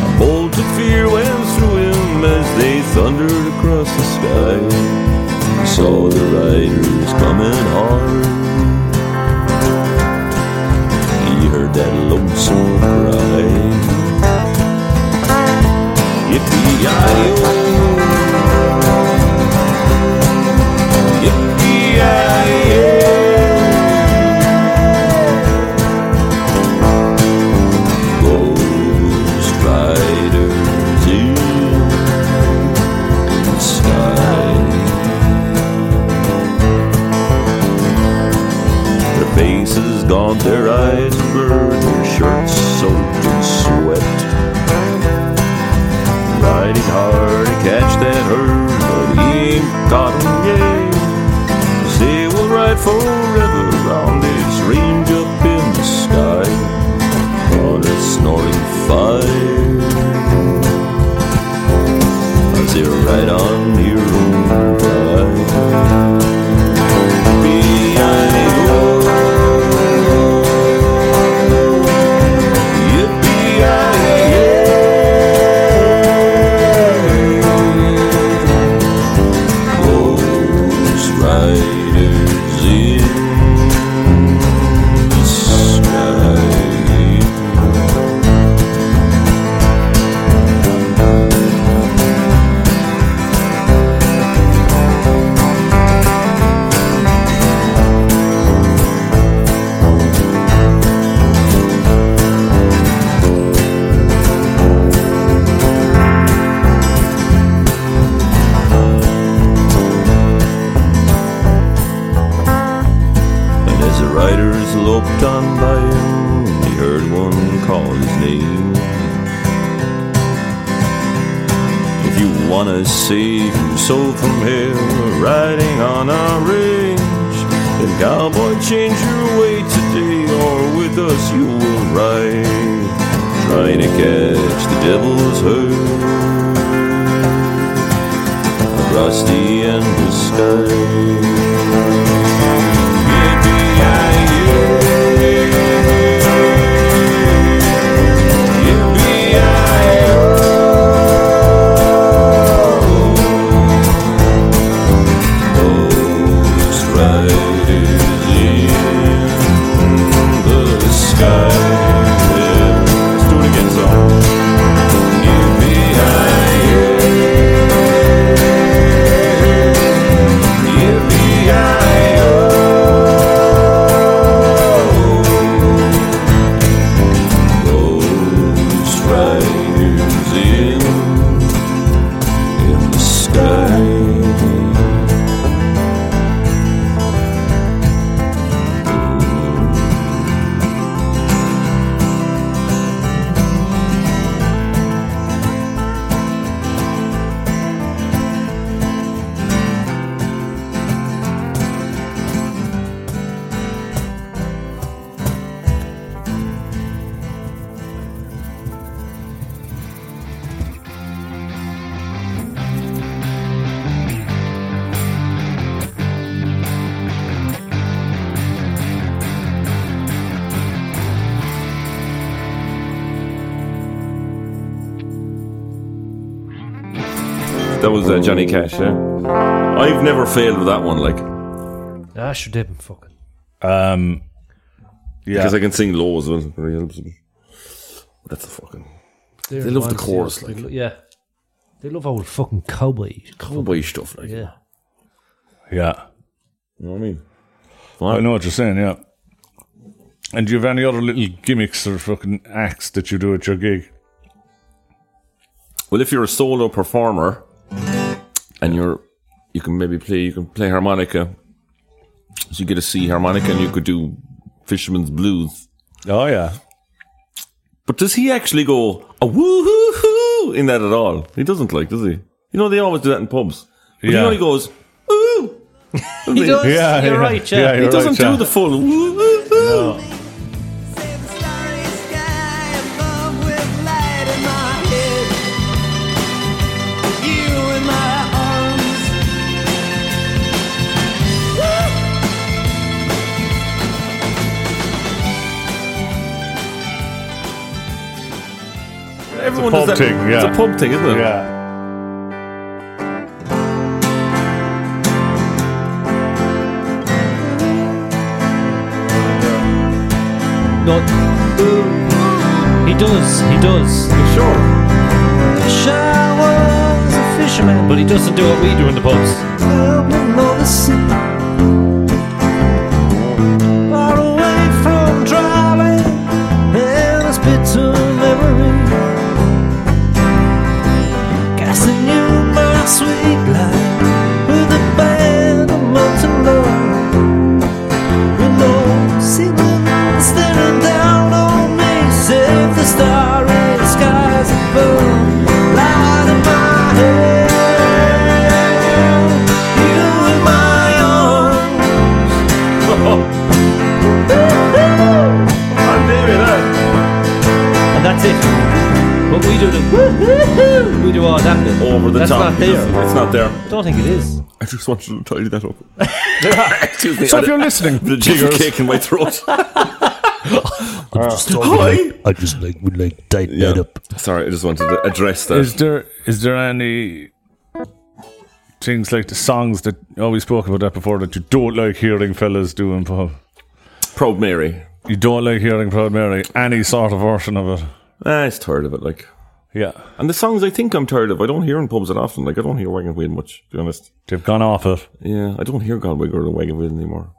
S4: A bolt of fear went through him as they thundered across the sky. He saw the riders coming hard. He heard that lonesome cry. Yippee-yi-yo. Yippee-yi-yo. Ghost riders in the sky. Their faces Gaunt, their eyes blurred, their shirts soaked in sweat. Riding hard to catch that herd, but he ain't caught 'em yet. 'Cause they will ride forever on this range up in the sky on a snorting fire. As they ride on your own by. Yippee-yi-yo. Yippee-yi-yo. Ghost Riders in the sky. And as the riders loped on by him, he heard one call his name. If you wanna save your soul from hell, riding on a range, then cowboy, change your way today, or with us you will ride. Trying to catch the devil's herd across the endless sky. Yeah.
S2: that was uh, Johnny Cash. Yeah, I've never failed with that one, like
S1: I Ah, sure didn't fucking.
S3: Um,
S2: because I can sing low as well. It really helps me. That's a fucking
S1: They
S2: love the chorus, like.
S1: yeah, they love old fucking cowboy.
S2: cowboy stuff, like
S1: Yeah,
S3: yeah.
S2: you know what I mean.
S3: I know what you're saying, yeah. And do you have any other little gimmicks or fucking acts that you do at your gig?
S2: Well, if you're a solo performer and you're, you can maybe play, you can play harmonica. So you get a C harmonica and you could do Fisherman's Blues.
S3: Oh, yeah.
S2: But does he actually go a woo hoo hoo in that at all? He doesn't like, does he? You know, they always do that in pubs. But
S3: Yeah.
S2: he only goes, ooh.
S1: he does.
S3: Yeah,
S1: you're
S3: yeah.
S1: right. Yeah,
S3: Yeah,
S2: He
S3: you're
S2: doesn't
S3: right,
S2: do
S3: yeah.
S2: the full woo hoo hoo.
S5: Save the starry sky above with light in my head. You in my arms.
S2: Everyone
S3: pub
S2: does that.
S3: thing, yeah.
S2: It's a pub thing, isn't it?
S3: Yeah.
S1: No, he does. He does.
S2: Sure.
S6: Wish I was a fisherman,
S1: But he doesn't do what we do in the pubs.
S6: up below the sea. Far away from dry land and this bitter memory. Casting you my sweet life with a band of molten gold. You know, see them staring down on me, save the starry skies above. Light in my head. You in my arms.
S1: And that's it. But we do the we do all that bit.
S2: Over the
S1: That's
S2: top.
S1: not there.
S2: It's not there.
S1: I don't think it is.
S2: I just wanted to tidy that up. Excuse me.
S3: So
S2: I
S3: if
S2: did-
S3: you're listening,
S2: the jigger cake in my throat. Hi.
S7: I just like would like tighten that up.
S2: Sorry, I just wanted to address that.
S3: is there is there any things like the songs that oh we spoke about that before that you don't like hearing fellas do in pub?
S2: Proud Mary.
S3: You don't like hearing Proud Mary, any sort of version of it.
S2: Ah, it's tired of it, like.
S3: Yeah.
S2: And the songs I think I'm tired of, I don't hear in pubs that often. Like, I don't hear Wagon Wheel much, to be honest.
S3: They've gone off it.
S2: Yeah, I don't hear God Wigger or Wagon Wheel anymore.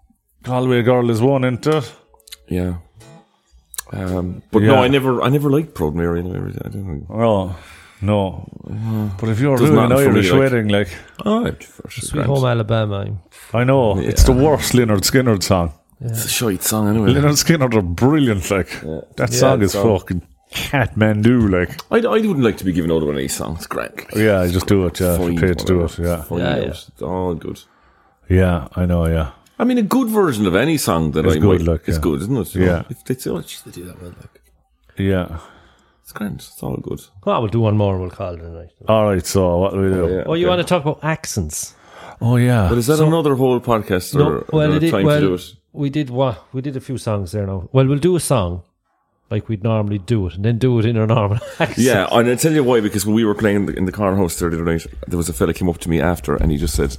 S3: Galway Girl is one, isn't it?
S2: Yeah. Um, but
S3: Yeah.
S2: no, I never, I never liked Proud Mary. and everything. I don't know.
S3: Oh, no. But if you're
S2: Does
S3: doing an
S2: nothing for me,
S3: Irish
S2: like-
S3: wedding, like,
S2: Oh, it's fresh as
S1: Sweet
S2: grand.
S1: Home Alabama.
S3: I know, it's the worst Leonard Skinner song.
S2: It's a shite song anyway.
S3: Leonard Skinner are brilliant, like, that song is
S2: so-
S3: fucking Kathmandu, like.
S2: I, I wouldn't like to be given out about any songs. Grand.
S3: Yeah, just do it, yeah.
S2: Find
S3: Paid to do it,
S2: whatever.
S3: yeah.
S2: Find
S1: Yeah,
S2: out.
S1: yeah.
S2: It's all good.
S3: Yeah, I know, yeah.
S2: I mean, a good version of any song that
S3: It's
S2: I
S3: good,
S2: might,
S3: like,
S2: it's
S3: yeah.
S2: good, isn't it? You
S3: Yeah.
S2: know, If they say, oh, geez, they do that well, like,
S3: Yeah.
S2: it's grand. It's all good.
S1: Well, we'll do one more and we'll call it a night.
S3: All right, so what do we do?
S2: Yeah,
S1: Oh, you
S2: okay.
S1: want to talk about accents?
S3: Oh, yeah.
S2: But is that another whole podcast or,
S1: No, well,
S2: or
S1: it is,
S2: Uh, time
S1: well,
S2: to do it?
S1: we did what we did a few songs there now. Well, we'll do a song like we'd normally do it, and then do it in our normal accent.
S2: Yeah, and I'll tell you why, because when we were playing in the, in the car house the other night, there was a fella came up to me after and he just said,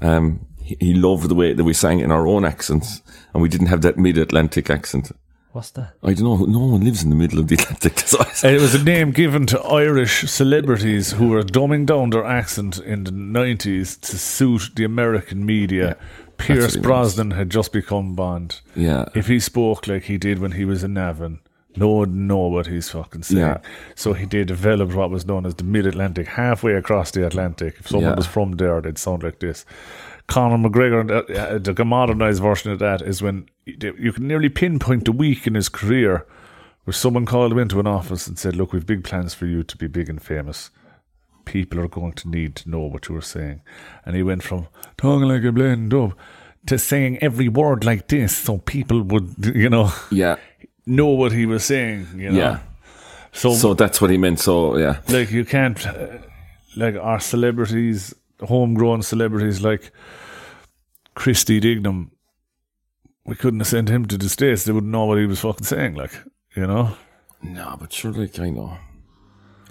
S2: um, he, he loved the way that we sang in our own accents and we didn't have that mid Atlantic accent.
S1: What's that?
S2: I don't know, no one lives in the middle of the Atlantic. So I said,
S3: It was a name given to Irish celebrities who were dumbing down their accent in the 90s to suit the American media.
S2: what
S3: Pierce
S2: he means.
S3: Brosnan had just become Bond.
S2: Yeah.
S3: If he spoke like he did when he was in Navan, no one know what he's fucking saying.
S2: Yeah.
S3: So he they developed what was known as the Mid Atlantic, halfway across the Atlantic. If someone
S2: Yeah.
S3: was from there, they'd sound like this. Conor McGregor, uh, uh, the modernized version of that is when you can nearly pinpoint the week in his career where someone called him into an office and said, Look, we've big plans for you to be big and famous. People are going to need to know what you're saying. And he went from talking like a blind dove to saying every word like this so people would, you know,
S2: yeah,
S3: know what he was saying, you know.
S2: yeah.
S3: So,
S2: So that's what he meant. So, yeah.
S3: like, you can't, uh, like, our celebrities, homegrown celebrities like Christy Dignam, we couldn't have sent him to the States. They wouldn't know what he was fucking saying, like, you know.
S2: No, but surely, I know.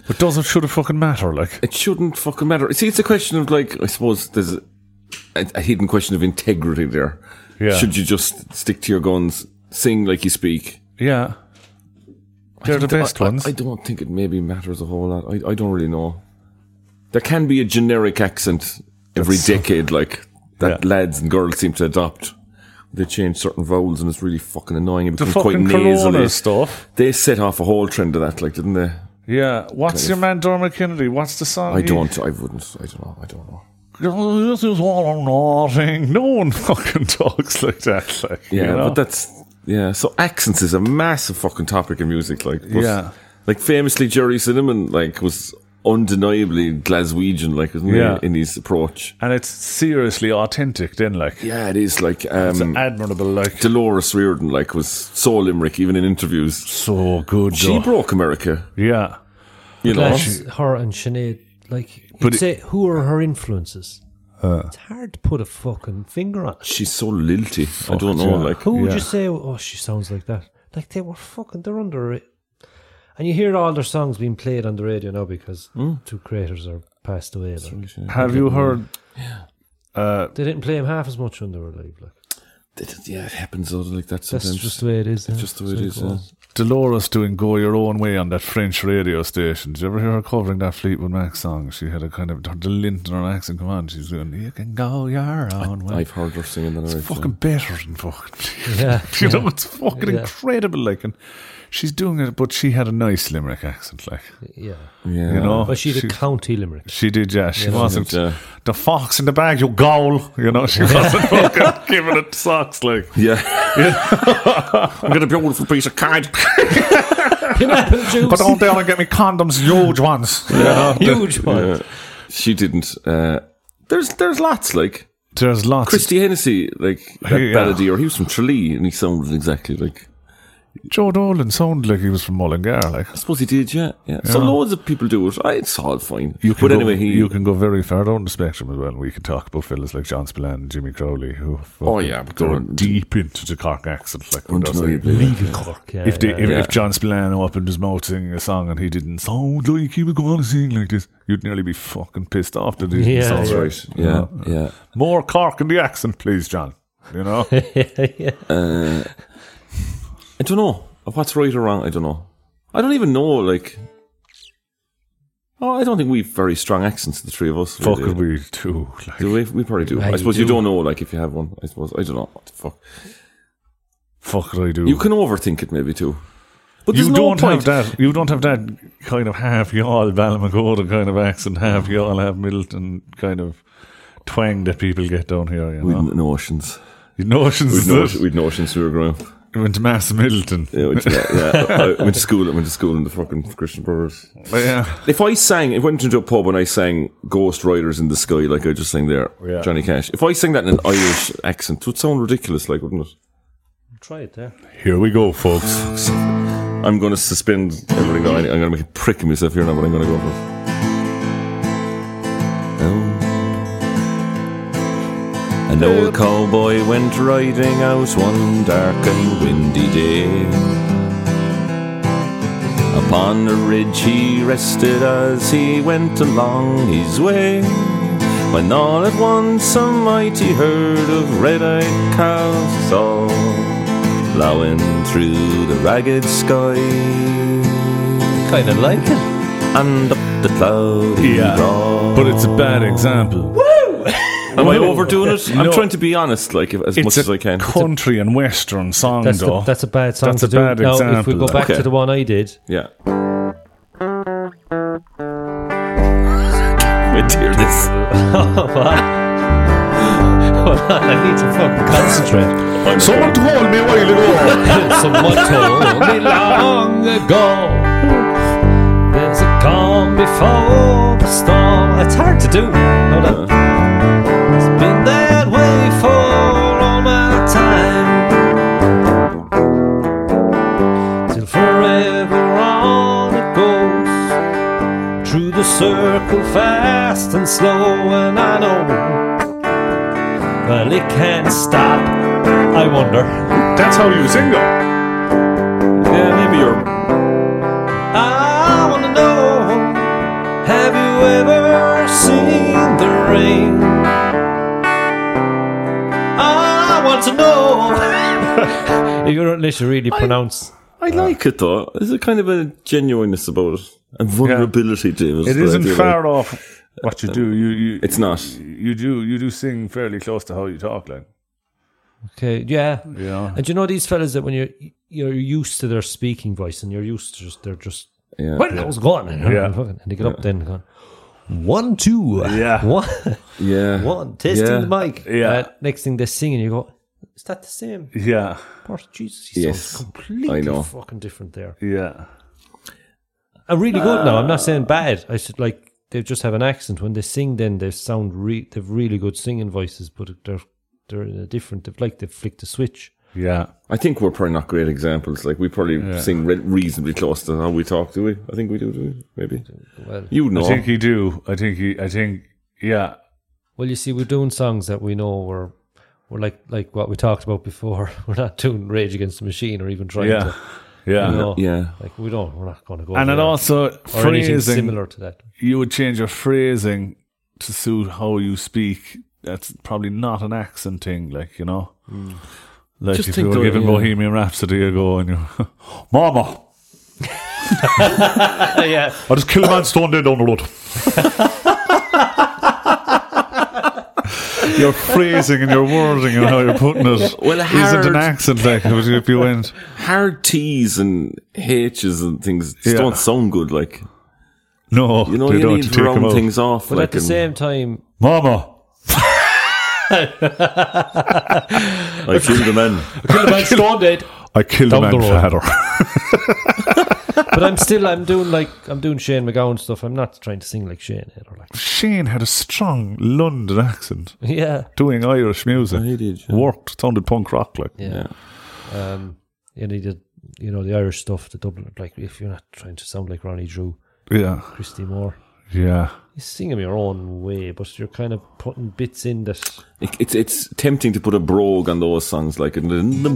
S3: But doesn't should it fucking matter? Like,
S2: It shouldn't fucking matter. See, it's a question of like, I suppose there's a, a hidden question of integrity there.
S3: Yeah.
S2: Should you just stick to your guns, sing like you speak?
S3: yeah, they're the
S2: I-
S3: best
S2: I,
S3: ones.
S2: I don't think it maybe matters a whole lot. I, I don't really know. There can be a generic accent every decade, like that
S3: Yeah.
S2: lads and girls seem to adopt. They change certain vowels, and it's really fucking annoying. It
S3: the
S2: becomes quite
S3: fucking Corona
S2: nasally.
S3: stuff.
S2: They set off a whole trend of that, like didn't they?
S3: Yeah, what's your man Dermot Kennedy? What's the song?
S2: I
S3: he-
S2: don't. I wouldn't. I don't know. I don't know.
S3: This is all or nothing. No one fucking talks like that. Like,
S2: Yeah,
S3: you know?
S2: but that's yeah. So accents is a massive fucking topic in music. Like, was-
S3: Yeah.
S2: like famously Jerry Cinnamon like was undeniably Glaswegian, like wasn't he,
S3: Yeah.
S2: in his approach.
S3: and it's seriously authentic. Then, like,
S2: Yeah, it is like um,
S3: admirable. Like,
S2: Dolores Riordan like was so Limerick even in interviews.
S3: so good.
S2: She
S3: though.
S2: broke America,
S3: yeah,
S2: you know.
S1: That's her and Sinead. Like,
S3: But
S1: you'd
S3: it-
S1: say, who are her influences?
S2: Uh.
S1: it's hard to put a fucking finger on. it.
S2: She's so lilty. I don't know.
S3: yeah.
S2: Like
S1: Who would
S3: Yeah.
S1: you say? Oh, she sounds like that. Like they were fucking. They're under it, and you hear all their songs being played on the radio now because
S2: Hmm.
S1: two creators are passed away. Like.
S3: have you heard? Uh,
S1: They didn't play them half as much when they were alive. Like
S2: it- yeah, it happens though, like that
S1: that's
S2: sometimes.
S1: just the way it is. It's
S2: just the way it is, yeah.
S3: Dolores doing "Go Your Own Way" on that French radio station. Did you ever hear her covering that Fleetwood Mac song? She had a kind of the lint in her accent. Come on, she's doing "You Can Go Your Own Way."
S2: I've heard her singing that.
S3: It's
S2: already, so-
S3: fucking better than fucking.
S1: Yeah.
S3: you know, it's fucking
S1: Yeah.
S3: incredible. Like, and she's doing it, but she had a nice Limerick accent. Like,
S1: Yeah,
S2: yeah.
S3: you know,
S1: but she's
S3: she,
S1: a county Limerick.
S3: she did, yeah. She wasn't
S2: Yeah.
S3: the fox in the bag. You goal, you know. She wasn't fucking giving it socks. Like,
S2: Yeah. I'm gonna be a beautiful piece of card.
S1: Pineapple juice,
S3: put on down and get me condoms, huge ones.
S1: huge one.
S2: She didn't. Uh, there's there's lots like
S3: There's lots. of
S2: Christy Hennessy, like that
S3: Yeah.
S2: ballady, or he was from Tralee, and he sounded exactly like.
S3: Joe Dolan sounded like he was from Mullingar. Like,
S2: I suppose he did, yeah. yeah. So loads of people do it. I, it's all fine.
S3: You
S2: but
S3: go,
S2: anyway, he.
S3: you can go very far down the spectrum as well. We can talk about fellas like John Spillane and Jimmy Crowley, who
S2: Oh,
S3: fucking
S2: yeah, but
S3: go
S2: they're-
S3: deep into the Cork accent. Like when they're saying-
S2: undeniably, like,
S1: Cork, yeah,
S3: if, they,
S1: yeah.
S3: if,
S2: yeah.
S3: if John Spillane opened his mouth singing a song and he didn't sound like he was going to sing like this, you'd nearly be fucking pissed off that he didn't
S1: Yeah,
S3: sound
S1: yeah.
S3: right.
S2: right. Yeah, yeah.
S3: More Cork in the accent, please, John. You know,
S2: I don't know what's right or wrong. I don't know. I don't even know. Like, oh, I don't think we've very strong accents. The three of us.
S3: fuck
S2: really.
S3: it, we too. Like,
S2: Do we? We probably do.
S1: Yeah,
S2: I
S1: you
S2: suppose you,
S1: do.
S2: don't know, like, if you have one. I suppose I don't know. What the fuck?
S3: fuck it, I do.
S2: You can overthink it, maybe too. But
S3: You
S2: there's no
S3: don't
S2: point.
S3: have that. You don't have that kind of half y'all Balmacoda kind of accent, half y'all, half Middleton kind of twang that people get down here. You
S2: We'd
S3: know,
S2: notions.
S3: you notions
S2: We'd, notions.
S3: that
S2: we'd notions we were growing up.
S3: you went to Mass Middleton.
S2: Yeah, went to, yeah, yeah. I went to school. I went to school in the fucking Christian Brothers.
S3: But yeah,
S2: If I sang, if I went into a pub and I sang "Ghost Riders in the Sky," like I just sang there,
S3: Yeah.
S2: Johnny Cash. If I sang that in an Irish accent, it would sound ridiculous, like wouldn't it?
S1: Try it there.
S3: here we go, folks.
S2: I'm going to suspend everything. now. I'm going to make a prick of myself here now, but I'm going to go for it. An old cowboy went riding out one dark and windy day. Upon a ridge he rested as he went along his way. When all at once a mighty herd of red-eyed cows saw blowing through the ragged sky.
S8: Kind of like it.
S2: And up the cloudy
S3: Yeah.
S2: brow.
S3: But it's a bad example.
S2: Am I overdoing it? I'm
S3: No.
S2: trying to be honest, like if- as much
S3: it's
S2: as
S3: a
S2: I can.
S3: country and western song,
S1: That's the,
S3: though.
S1: that's a bad song
S3: That's
S1: to
S3: a
S1: do.
S3: bad
S1: now, if we
S3: example,
S1: go
S3: though.
S1: back
S2: Okay.
S1: to the one I did,
S2: Yeah. Wait to hear this.
S1: I need to fucking concentrate.
S3: Someone told me a while ago.
S1: Someone told me long ago there's a calm before the storm. It's hard to do. No doubt. It's been that way for all my time. Till forever on it goes through the circle fast and slow, and I know. Well, it can't stop. I wonder.
S3: That's how you sing, though.
S2: Yeah, maybe you're.
S1: I wanna know
S6: seen the rain. I want to know.
S1: You're unless you really pronounce.
S2: I like it though. There's a kind of a genuineness about it and vulnerability to it.
S3: It isn't far off what you do. You you
S2: It's not.
S3: you do you do sing fairly close to how you talk, like
S1: Okay, yeah.
S3: you know.
S1: And do you know these fellas that when you're you're used to their speaking voice and you're used to just they're just
S2: Yeah.
S1: well that was gone and,
S3: Yeah.
S1: and they get up then and go one two
S3: Yeah.
S1: one
S2: Yeah.
S1: one testing
S2: Yeah.
S1: the mic
S3: Yeah.
S1: Uh, next thing they're singing you go is that the same
S3: Yeah,
S1: Poor Jesus he
S2: Yes.
S1: sounds completely
S2: I know.
S1: fucking different there
S3: yeah.
S1: I'm really good now I'm not saying
S3: Uh,
S1: bad I said like they just have an accent when they sing then they sound re- they've really good singing voices but they're they're in a different they've like they've flicked the switch
S3: Yeah.
S2: I think we're probably not great examples. Like we probably sing re- reasonably close to how we talk, do we? I think we do, do we? Maybe.
S1: well
S2: You know.
S3: I think you do. I think you I think yeah.
S1: Well, you see, we're doing songs that we know we're we're like like what we talked about before. We're not doing Rage Against the Machine or even trying
S3: Yeah.
S1: to.
S3: Yeah.
S1: You know,
S2: yeah.
S1: Like we don't. We're not going to go.
S3: And it
S1: there
S3: also
S1: or anything
S3: phrasing
S1: similar to that.
S3: you would change your phrasing to suit how you speak. That's probably not an accent thing, like you know.
S2: Hmm.
S3: Like
S2: Just
S3: if you
S2: think
S3: were
S2: though,
S3: giving
S2: yeah.
S3: Bohemian Rhapsody a go, and you, Mama,
S1: yeah,
S3: I just killed a man stone dead on the road. your phrasing and your wording and how you're putting it
S2: Well, a
S3: not an
S2: hard-
S3: accent like it was if you went.
S2: Hard T's and H's and things just
S3: Yeah.
S2: don't sound good. Like
S3: No,
S2: you know,
S3: they
S2: you
S3: don't
S2: need
S3: take
S2: to
S3: them
S2: round
S3: out.
S2: things off.
S1: but
S2: like,
S1: at the
S2: and-
S1: same time,
S3: Mama,
S2: I feel the men.
S3: I killed a
S1: Down the
S3: man
S1: road.
S3: fatter.
S1: but I'm still I'm doing like I'm doing Shane McGowan stuff. I'm not trying to sing like Shane eh, or like
S3: Shane had a strong London accent.
S1: yeah.
S3: doing Irish music.
S2: Oh, He did, yeah.
S3: Worked, sounded punk rock like.
S1: Yeah. Um, you need to, you know, the Irish stuff, the Dublin, like if you're not trying to sound like Ronnie Drew,
S3: Yeah,
S1: Christy Moore,
S3: yeah.
S1: you're singing your own way, but you're kind of putting bits in that
S2: It- It's it's tempting to put a brogue on those songs, like in the, in the,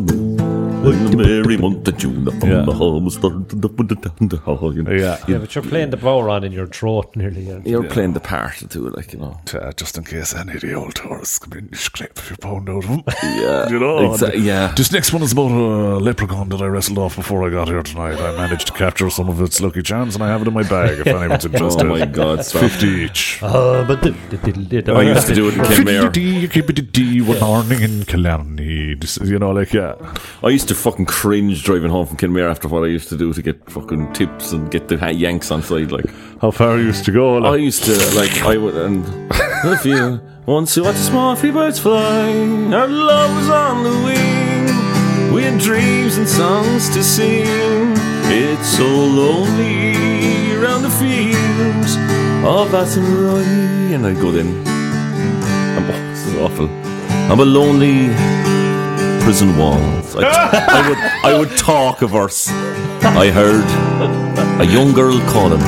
S2: in the merry month of June, from
S3: Yeah.
S2: the home started up with the down the hall. You know.
S3: Yeah.
S1: Yeah, but you're playing the power on in your throat nearly. yeah.
S2: You're playing the part too, like you know.
S3: Uh, just in case any of the old tourists come in, you scrape a few pound out of them.
S2: Yeah,
S3: you know.
S2: exa-
S3: and
S2: yeah.
S3: This next one is about a leprechaun that I wrestled off before I got here tonight. I managed to capture some of its lucky charms, and I have it in my bag if anyone's
S2: Oh
S3: interested.
S2: my God! Stop.
S3: Fifty each.
S1: Uh, but the, the, the, the, the,
S2: I used Oh, to do it in Kenmare.
S3: Fifty, keep it a D, one morning in Killarney. This- You know, like yeah,
S2: I used to fucking cringe driving home from Kinmare after what I used to do to get fucking tips and get the ha- yanks on side. Like
S3: how far I used to go.
S2: I
S3: Like,
S2: used to, like I would, and if you want to watch the small free birds fly, our love was on the wing. We had dreams and songs to sing. It's so lonely around the fields of Athenry, and I'd go then. I'm, oh, this is awful. I'm a lonely prison walls. I, I would I would talk a verse. I heard a young girl calling.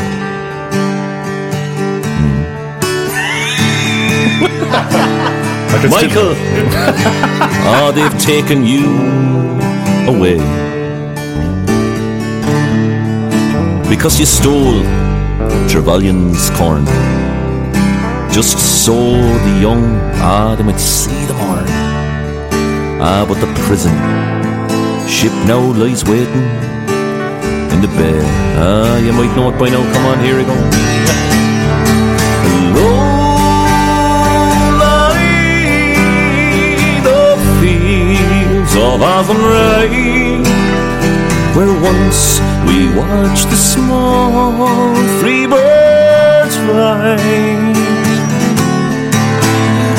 S2: Michael, ah, they've taken you away because you stole Trevelyan's corn. Just so the young Adam would see the morn. Ah, but the prison ship now lies waiting in the bay. Ah, you might know it by now. Come on, here we go. Lonely the fields of Athenry, where once we watched the small free birds fly.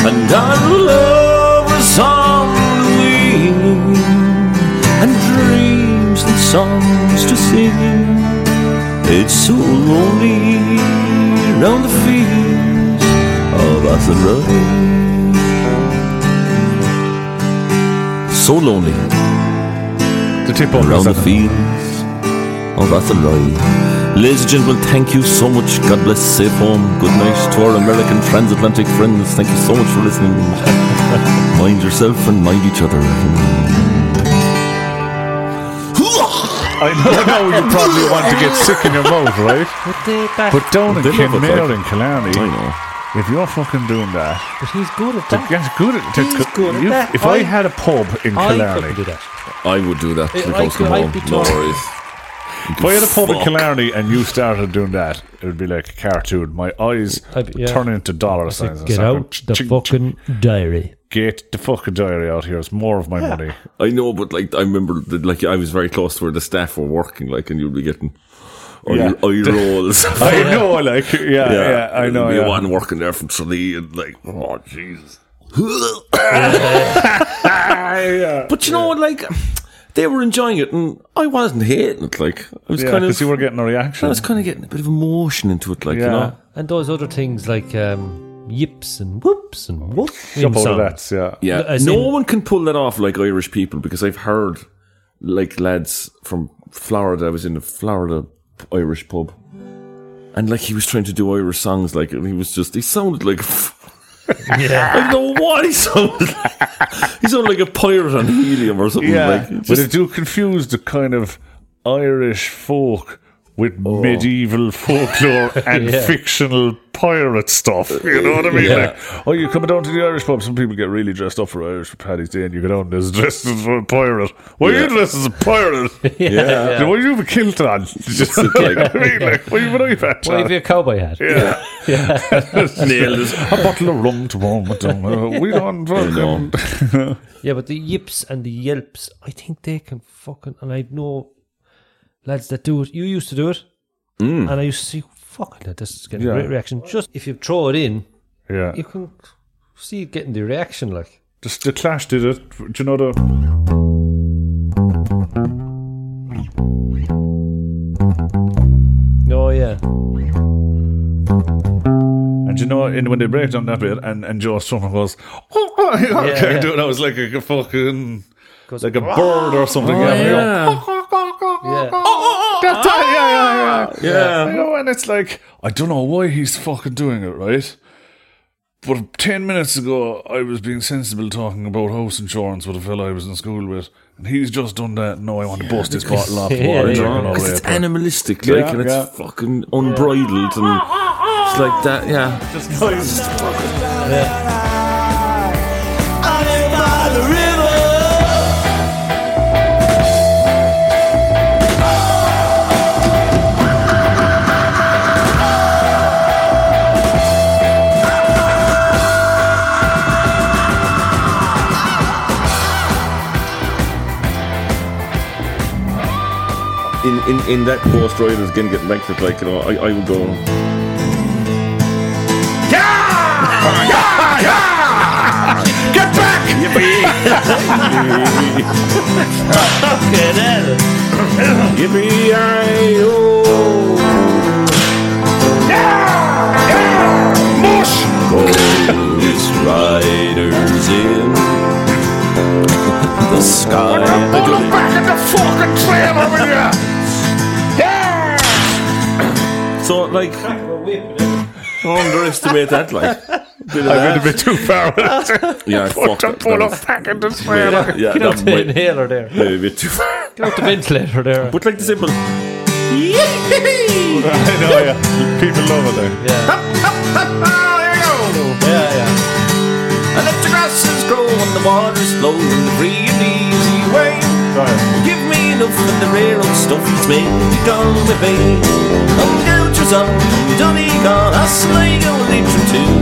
S2: And our love was on the wing And dreams and songs to sing It's so lonely round the fields of Athenry So lonely
S3: the tip off
S2: around
S3: was
S2: the
S3: at-
S2: fields of Athenry Ladies and gentlemen, thank you so much. God bless, safe home. Good night to our American transatlantic friends. Thank you so much for listening. mind yourself and mind each other.
S3: I know, now you probably want to get sick in your mouth, right?
S1: But uh, they- that-
S3: But down in
S2: They love it,
S3: Kinmare
S2: like-
S3: in Killarney,
S2: I
S3: If you're fucking doing that,
S1: But he's good at
S3: to
S1: that.
S3: get good at, to,
S1: He's
S3: to-
S1: good at
S3: you-
S1: that.
S3: If
S1: I-
S3: I, had a pub in
S1: I
S3: Killarney,
S1: couldn't do that.
S2: I would do that.
S1: It-
S2: when
S1: I
S2: comes
S1: could-
S2: come
S1: I'd
S2: home.
S1: be
S2: No
S1: torn.
S2: worries.
S3: if I had a pub in
S2: Fuck.
S3: Killarney and you started doing that, it would be like a cartoon. My eyes
S1: I'd be- yeah.
S3: turn into dollar
S1: Like,
S3: signs. and
S1: get
S3: start going,
S1: out the
S3: "Ching,
S1: fucking diary.
S3: Get the fucking diary out here. It's more of my money.
S2: I know, but like I remember, that, like I was very close to where the staff were working, like, and you'd be getting or
S3: Yeah.
S2: eye rolls.
S1: Oh,
S3: I know, like, yeah, yeah, I know.
S2: Be
S3: yeah.
S2: one working there from Tralee and like, oh Jesus. but you know what? Like, they were enjoying it, and I wasn't hating it. Like, I was
S3: Yeah,
S2: kind of,
S3: because you were getting a reaction.
S2: I was kind of getting a bit of emotion into it. Like,
S3: yeah.
S2: you know,
S1: And those other things like um, yips and whoops and whoop.
S3: Jump out of that, yeah.
S2: yeah.
S1: As
S2: no
S1: in-
S2: one can pull that off like Irish people because I've heard like lads from Florida. I was in a Florida Irish pub, and like he was trying to do Irish songs. Like, and he was just he sounded like.
S1: Yeah.
S2: I don't know what he sounded like. He sounded like a pirate on helium or something.
S3: Yeah,
S2: Like,
S3: but
S2: just-
S3: it do confuse the kind of Irish folk with medieval folklore and
S1: Yeah.
S3: fictional pirate stuff. You know what I mean?
S1: Yeah.
S3: Like, oh, you come down to the Irish pub. Some people get really dressed up for Irish Paddy's Day, and you go down there dressed as a pirate. Why are you dressed as a pirate? yeah.
S1: yeah.
S3: Why do you have a kilt on? Just
S2: it,
S3: you know
S2: like-
S3: what I mean? Like, why have an eye patch
S1: Wave
S3: on?
S1: your cowboy hat.
S3: Yeah.
S2: nailed it.
S3: a bottle of rum to warm it down. Uh, We don't fucking.
S1: Yeah, but the yips and the yelps, I think they can fucking. And I know lads that do it. You used to do it,
S2: Mm.
S1: and I used to see fucking that. This is getting a
S3: Yeah.
S1: great reaction. Just if you throw it in,
S3: Yeah.
S1: you can see it getting the reaction. Like
S3: Just the Clash did it. Do you know the?
S1: oh yeah,
S3: And you know, and when they break down that bit, and and Joe Strummer goes, "Oh, oh yeah, I
S1: Yeah,
S3: can't
S1: yeah.
S3: do it." I was like a, fucking,
S1: Goes, Oh,
S3: like a bird or something. yeah, "Oh, and they go,
S1: yeah, Ah,
S3: "That's it, yeah, yeah, yeah,
S2: Yeah.
S3: You know, and it's like I don't know why he's fucking doing it, right? But ten minutes ago, I was being sensible talking about house insurance with a fella I was in school with, and he's just done that. No, I want to bust this bottle off.
S1: yeah,
S3: water,
S1: yeah.
S3: drinking all the
S2: Because
S3: way
S2: it's
S3: up here."
S2: animalistic, like,
S3: Yeah,
S2: and it's
S3: yeah.
S2: fucking unbridled and it's like that, yeah.
S3: Just noise.
S2: In in, in that Ghost Riders, again, getting back to it, like, you know, I, I would go. Get back! Yippee! Fucking hell! Yippee! Ghost Riders in the sky. So, like, underestimate that, like. Bit of
S3: I went a
S2: that.
S3: bit too far.
S2: Yeah, fuck
S3: Don't
S2: that.
S3: pull
S2: that
S3: a
S2: was- Yeah,
S3: fucking despair.
S2: yeah,
S1: Get out
S2: that
S1: the
S2: might
S1: inhaler there. Get
S2: maybe a bit too far.
S1: out the ventilator there.
S2: But, like, the simple.
S3: I know, yeah. People love it there.
S1: Yeah, yeah.
S4: And if the grasses grow and the water's flow and the free and easy way, give me enough of the rare old stuff that's made me gone with me. Oh, Goucher's up, Donny gone, us Sligo later too.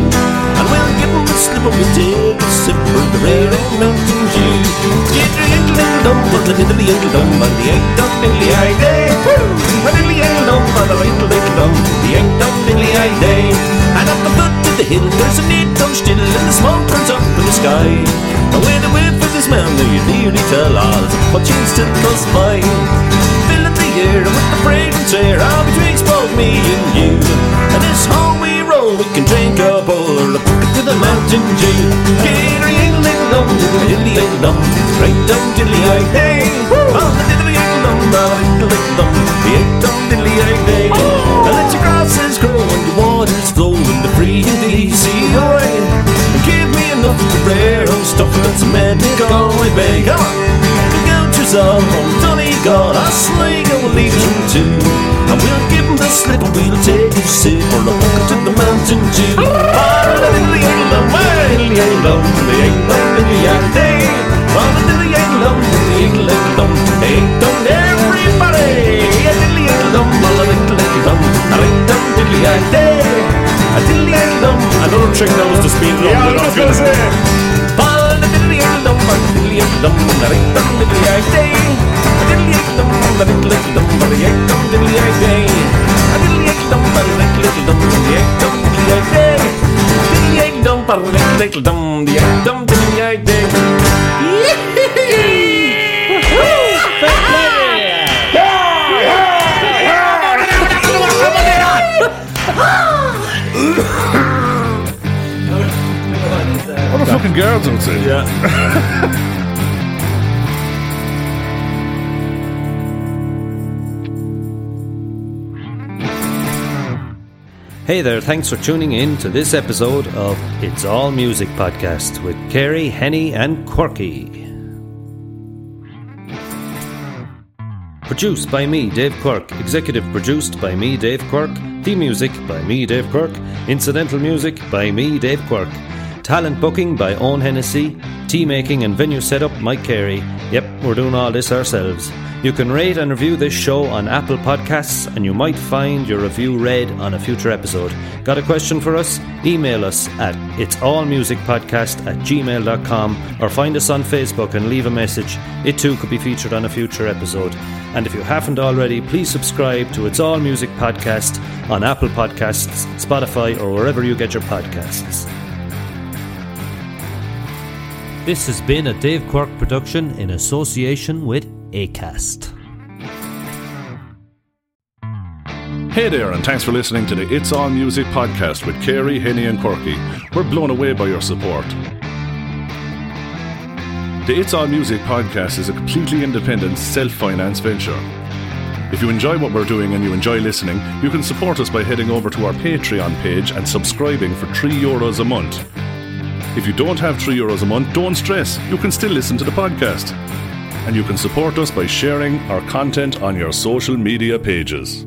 S4: And we'll give 'em a slip and we'll take a sip of the rare old mountain dew. Jitter, yiddle, diddle, dum, diddle, diddle, yiddle, dum, on the egg dum, diddly, aye, day. Woo! Well, diddly, yiddle, dum, on the riddle, diddle, dum, the egg dum, diddly, aye, day. And up the foot of the hill, there's a neat dumb still, and the smoke turns up in the sky. And when I wait for this man, now you nearly tell all, but you still close by. Filling the air with the fragrance air, all betwixt both me and you. And this home we roll, we can drink up all the bucket to the mountain dew. Gator, yiddle, diddle, dum, diddle, diddly, yiddle, dum, right down diddly, aye, hey. All the diddly, yiddle, dum, all the diddle, diddle, dum, the eight dum, diddly, aye, hey. And let your grasses grow and your waters flow in the free and easy way. Give me enough to rare old stuff that's meant to go away. Come on! The Goucher's all from Donegal. I sling and we'll leave them too. And we'll give them the slip and we'll take a sip. Or a hook to the mountain dew. Another trick knows to speed it up.
S9: Yeah, I was just gonna say. What the fucking guards would say. Yeah.
S1: Hey there, thanks for tuning in to this episode of It's All Music Podcast with Carrie, Henny, and Quirky. Produced by me, Dave Quirk. Executive produced by me, Dave Quirk. Theme music by me, Dave Quirk. Incidental music by me, Dave Quirk. Talent booking by Owen Hennessy. Tea making and venue setup, Mike Carey. Yep, we're doing all this ourselves. You can rate and review this show on Apple Podcasts, and you might find your review read on a future episode. Got a question for us? Email us at itsallmusicpodcast at gmail.com or find us on Facebook and leave a message. It too could be featured on a future episode. And if you haven't already, please subscribe to It's All Music Podcast on Apple Podcasts, Spotify, or wherever you get your podcasts. This has been a Dave Quirk production in association with ACAST.
S9: Hey there, and thanks for listening to the It's All Music podcast with Carey, Henny, and Quirky. We're blown away by your support. The It's All Music podcast is a completely independent, self financed venture. If you enjoy what we're doing and you enjoy listening, you can support us by heading over to our Patreon page and subscribing for 3 euros a month. If you don't have 3 euros a month, don't stress, you can still listen to the podcast. And you can support us by sharing our content on your social media pages.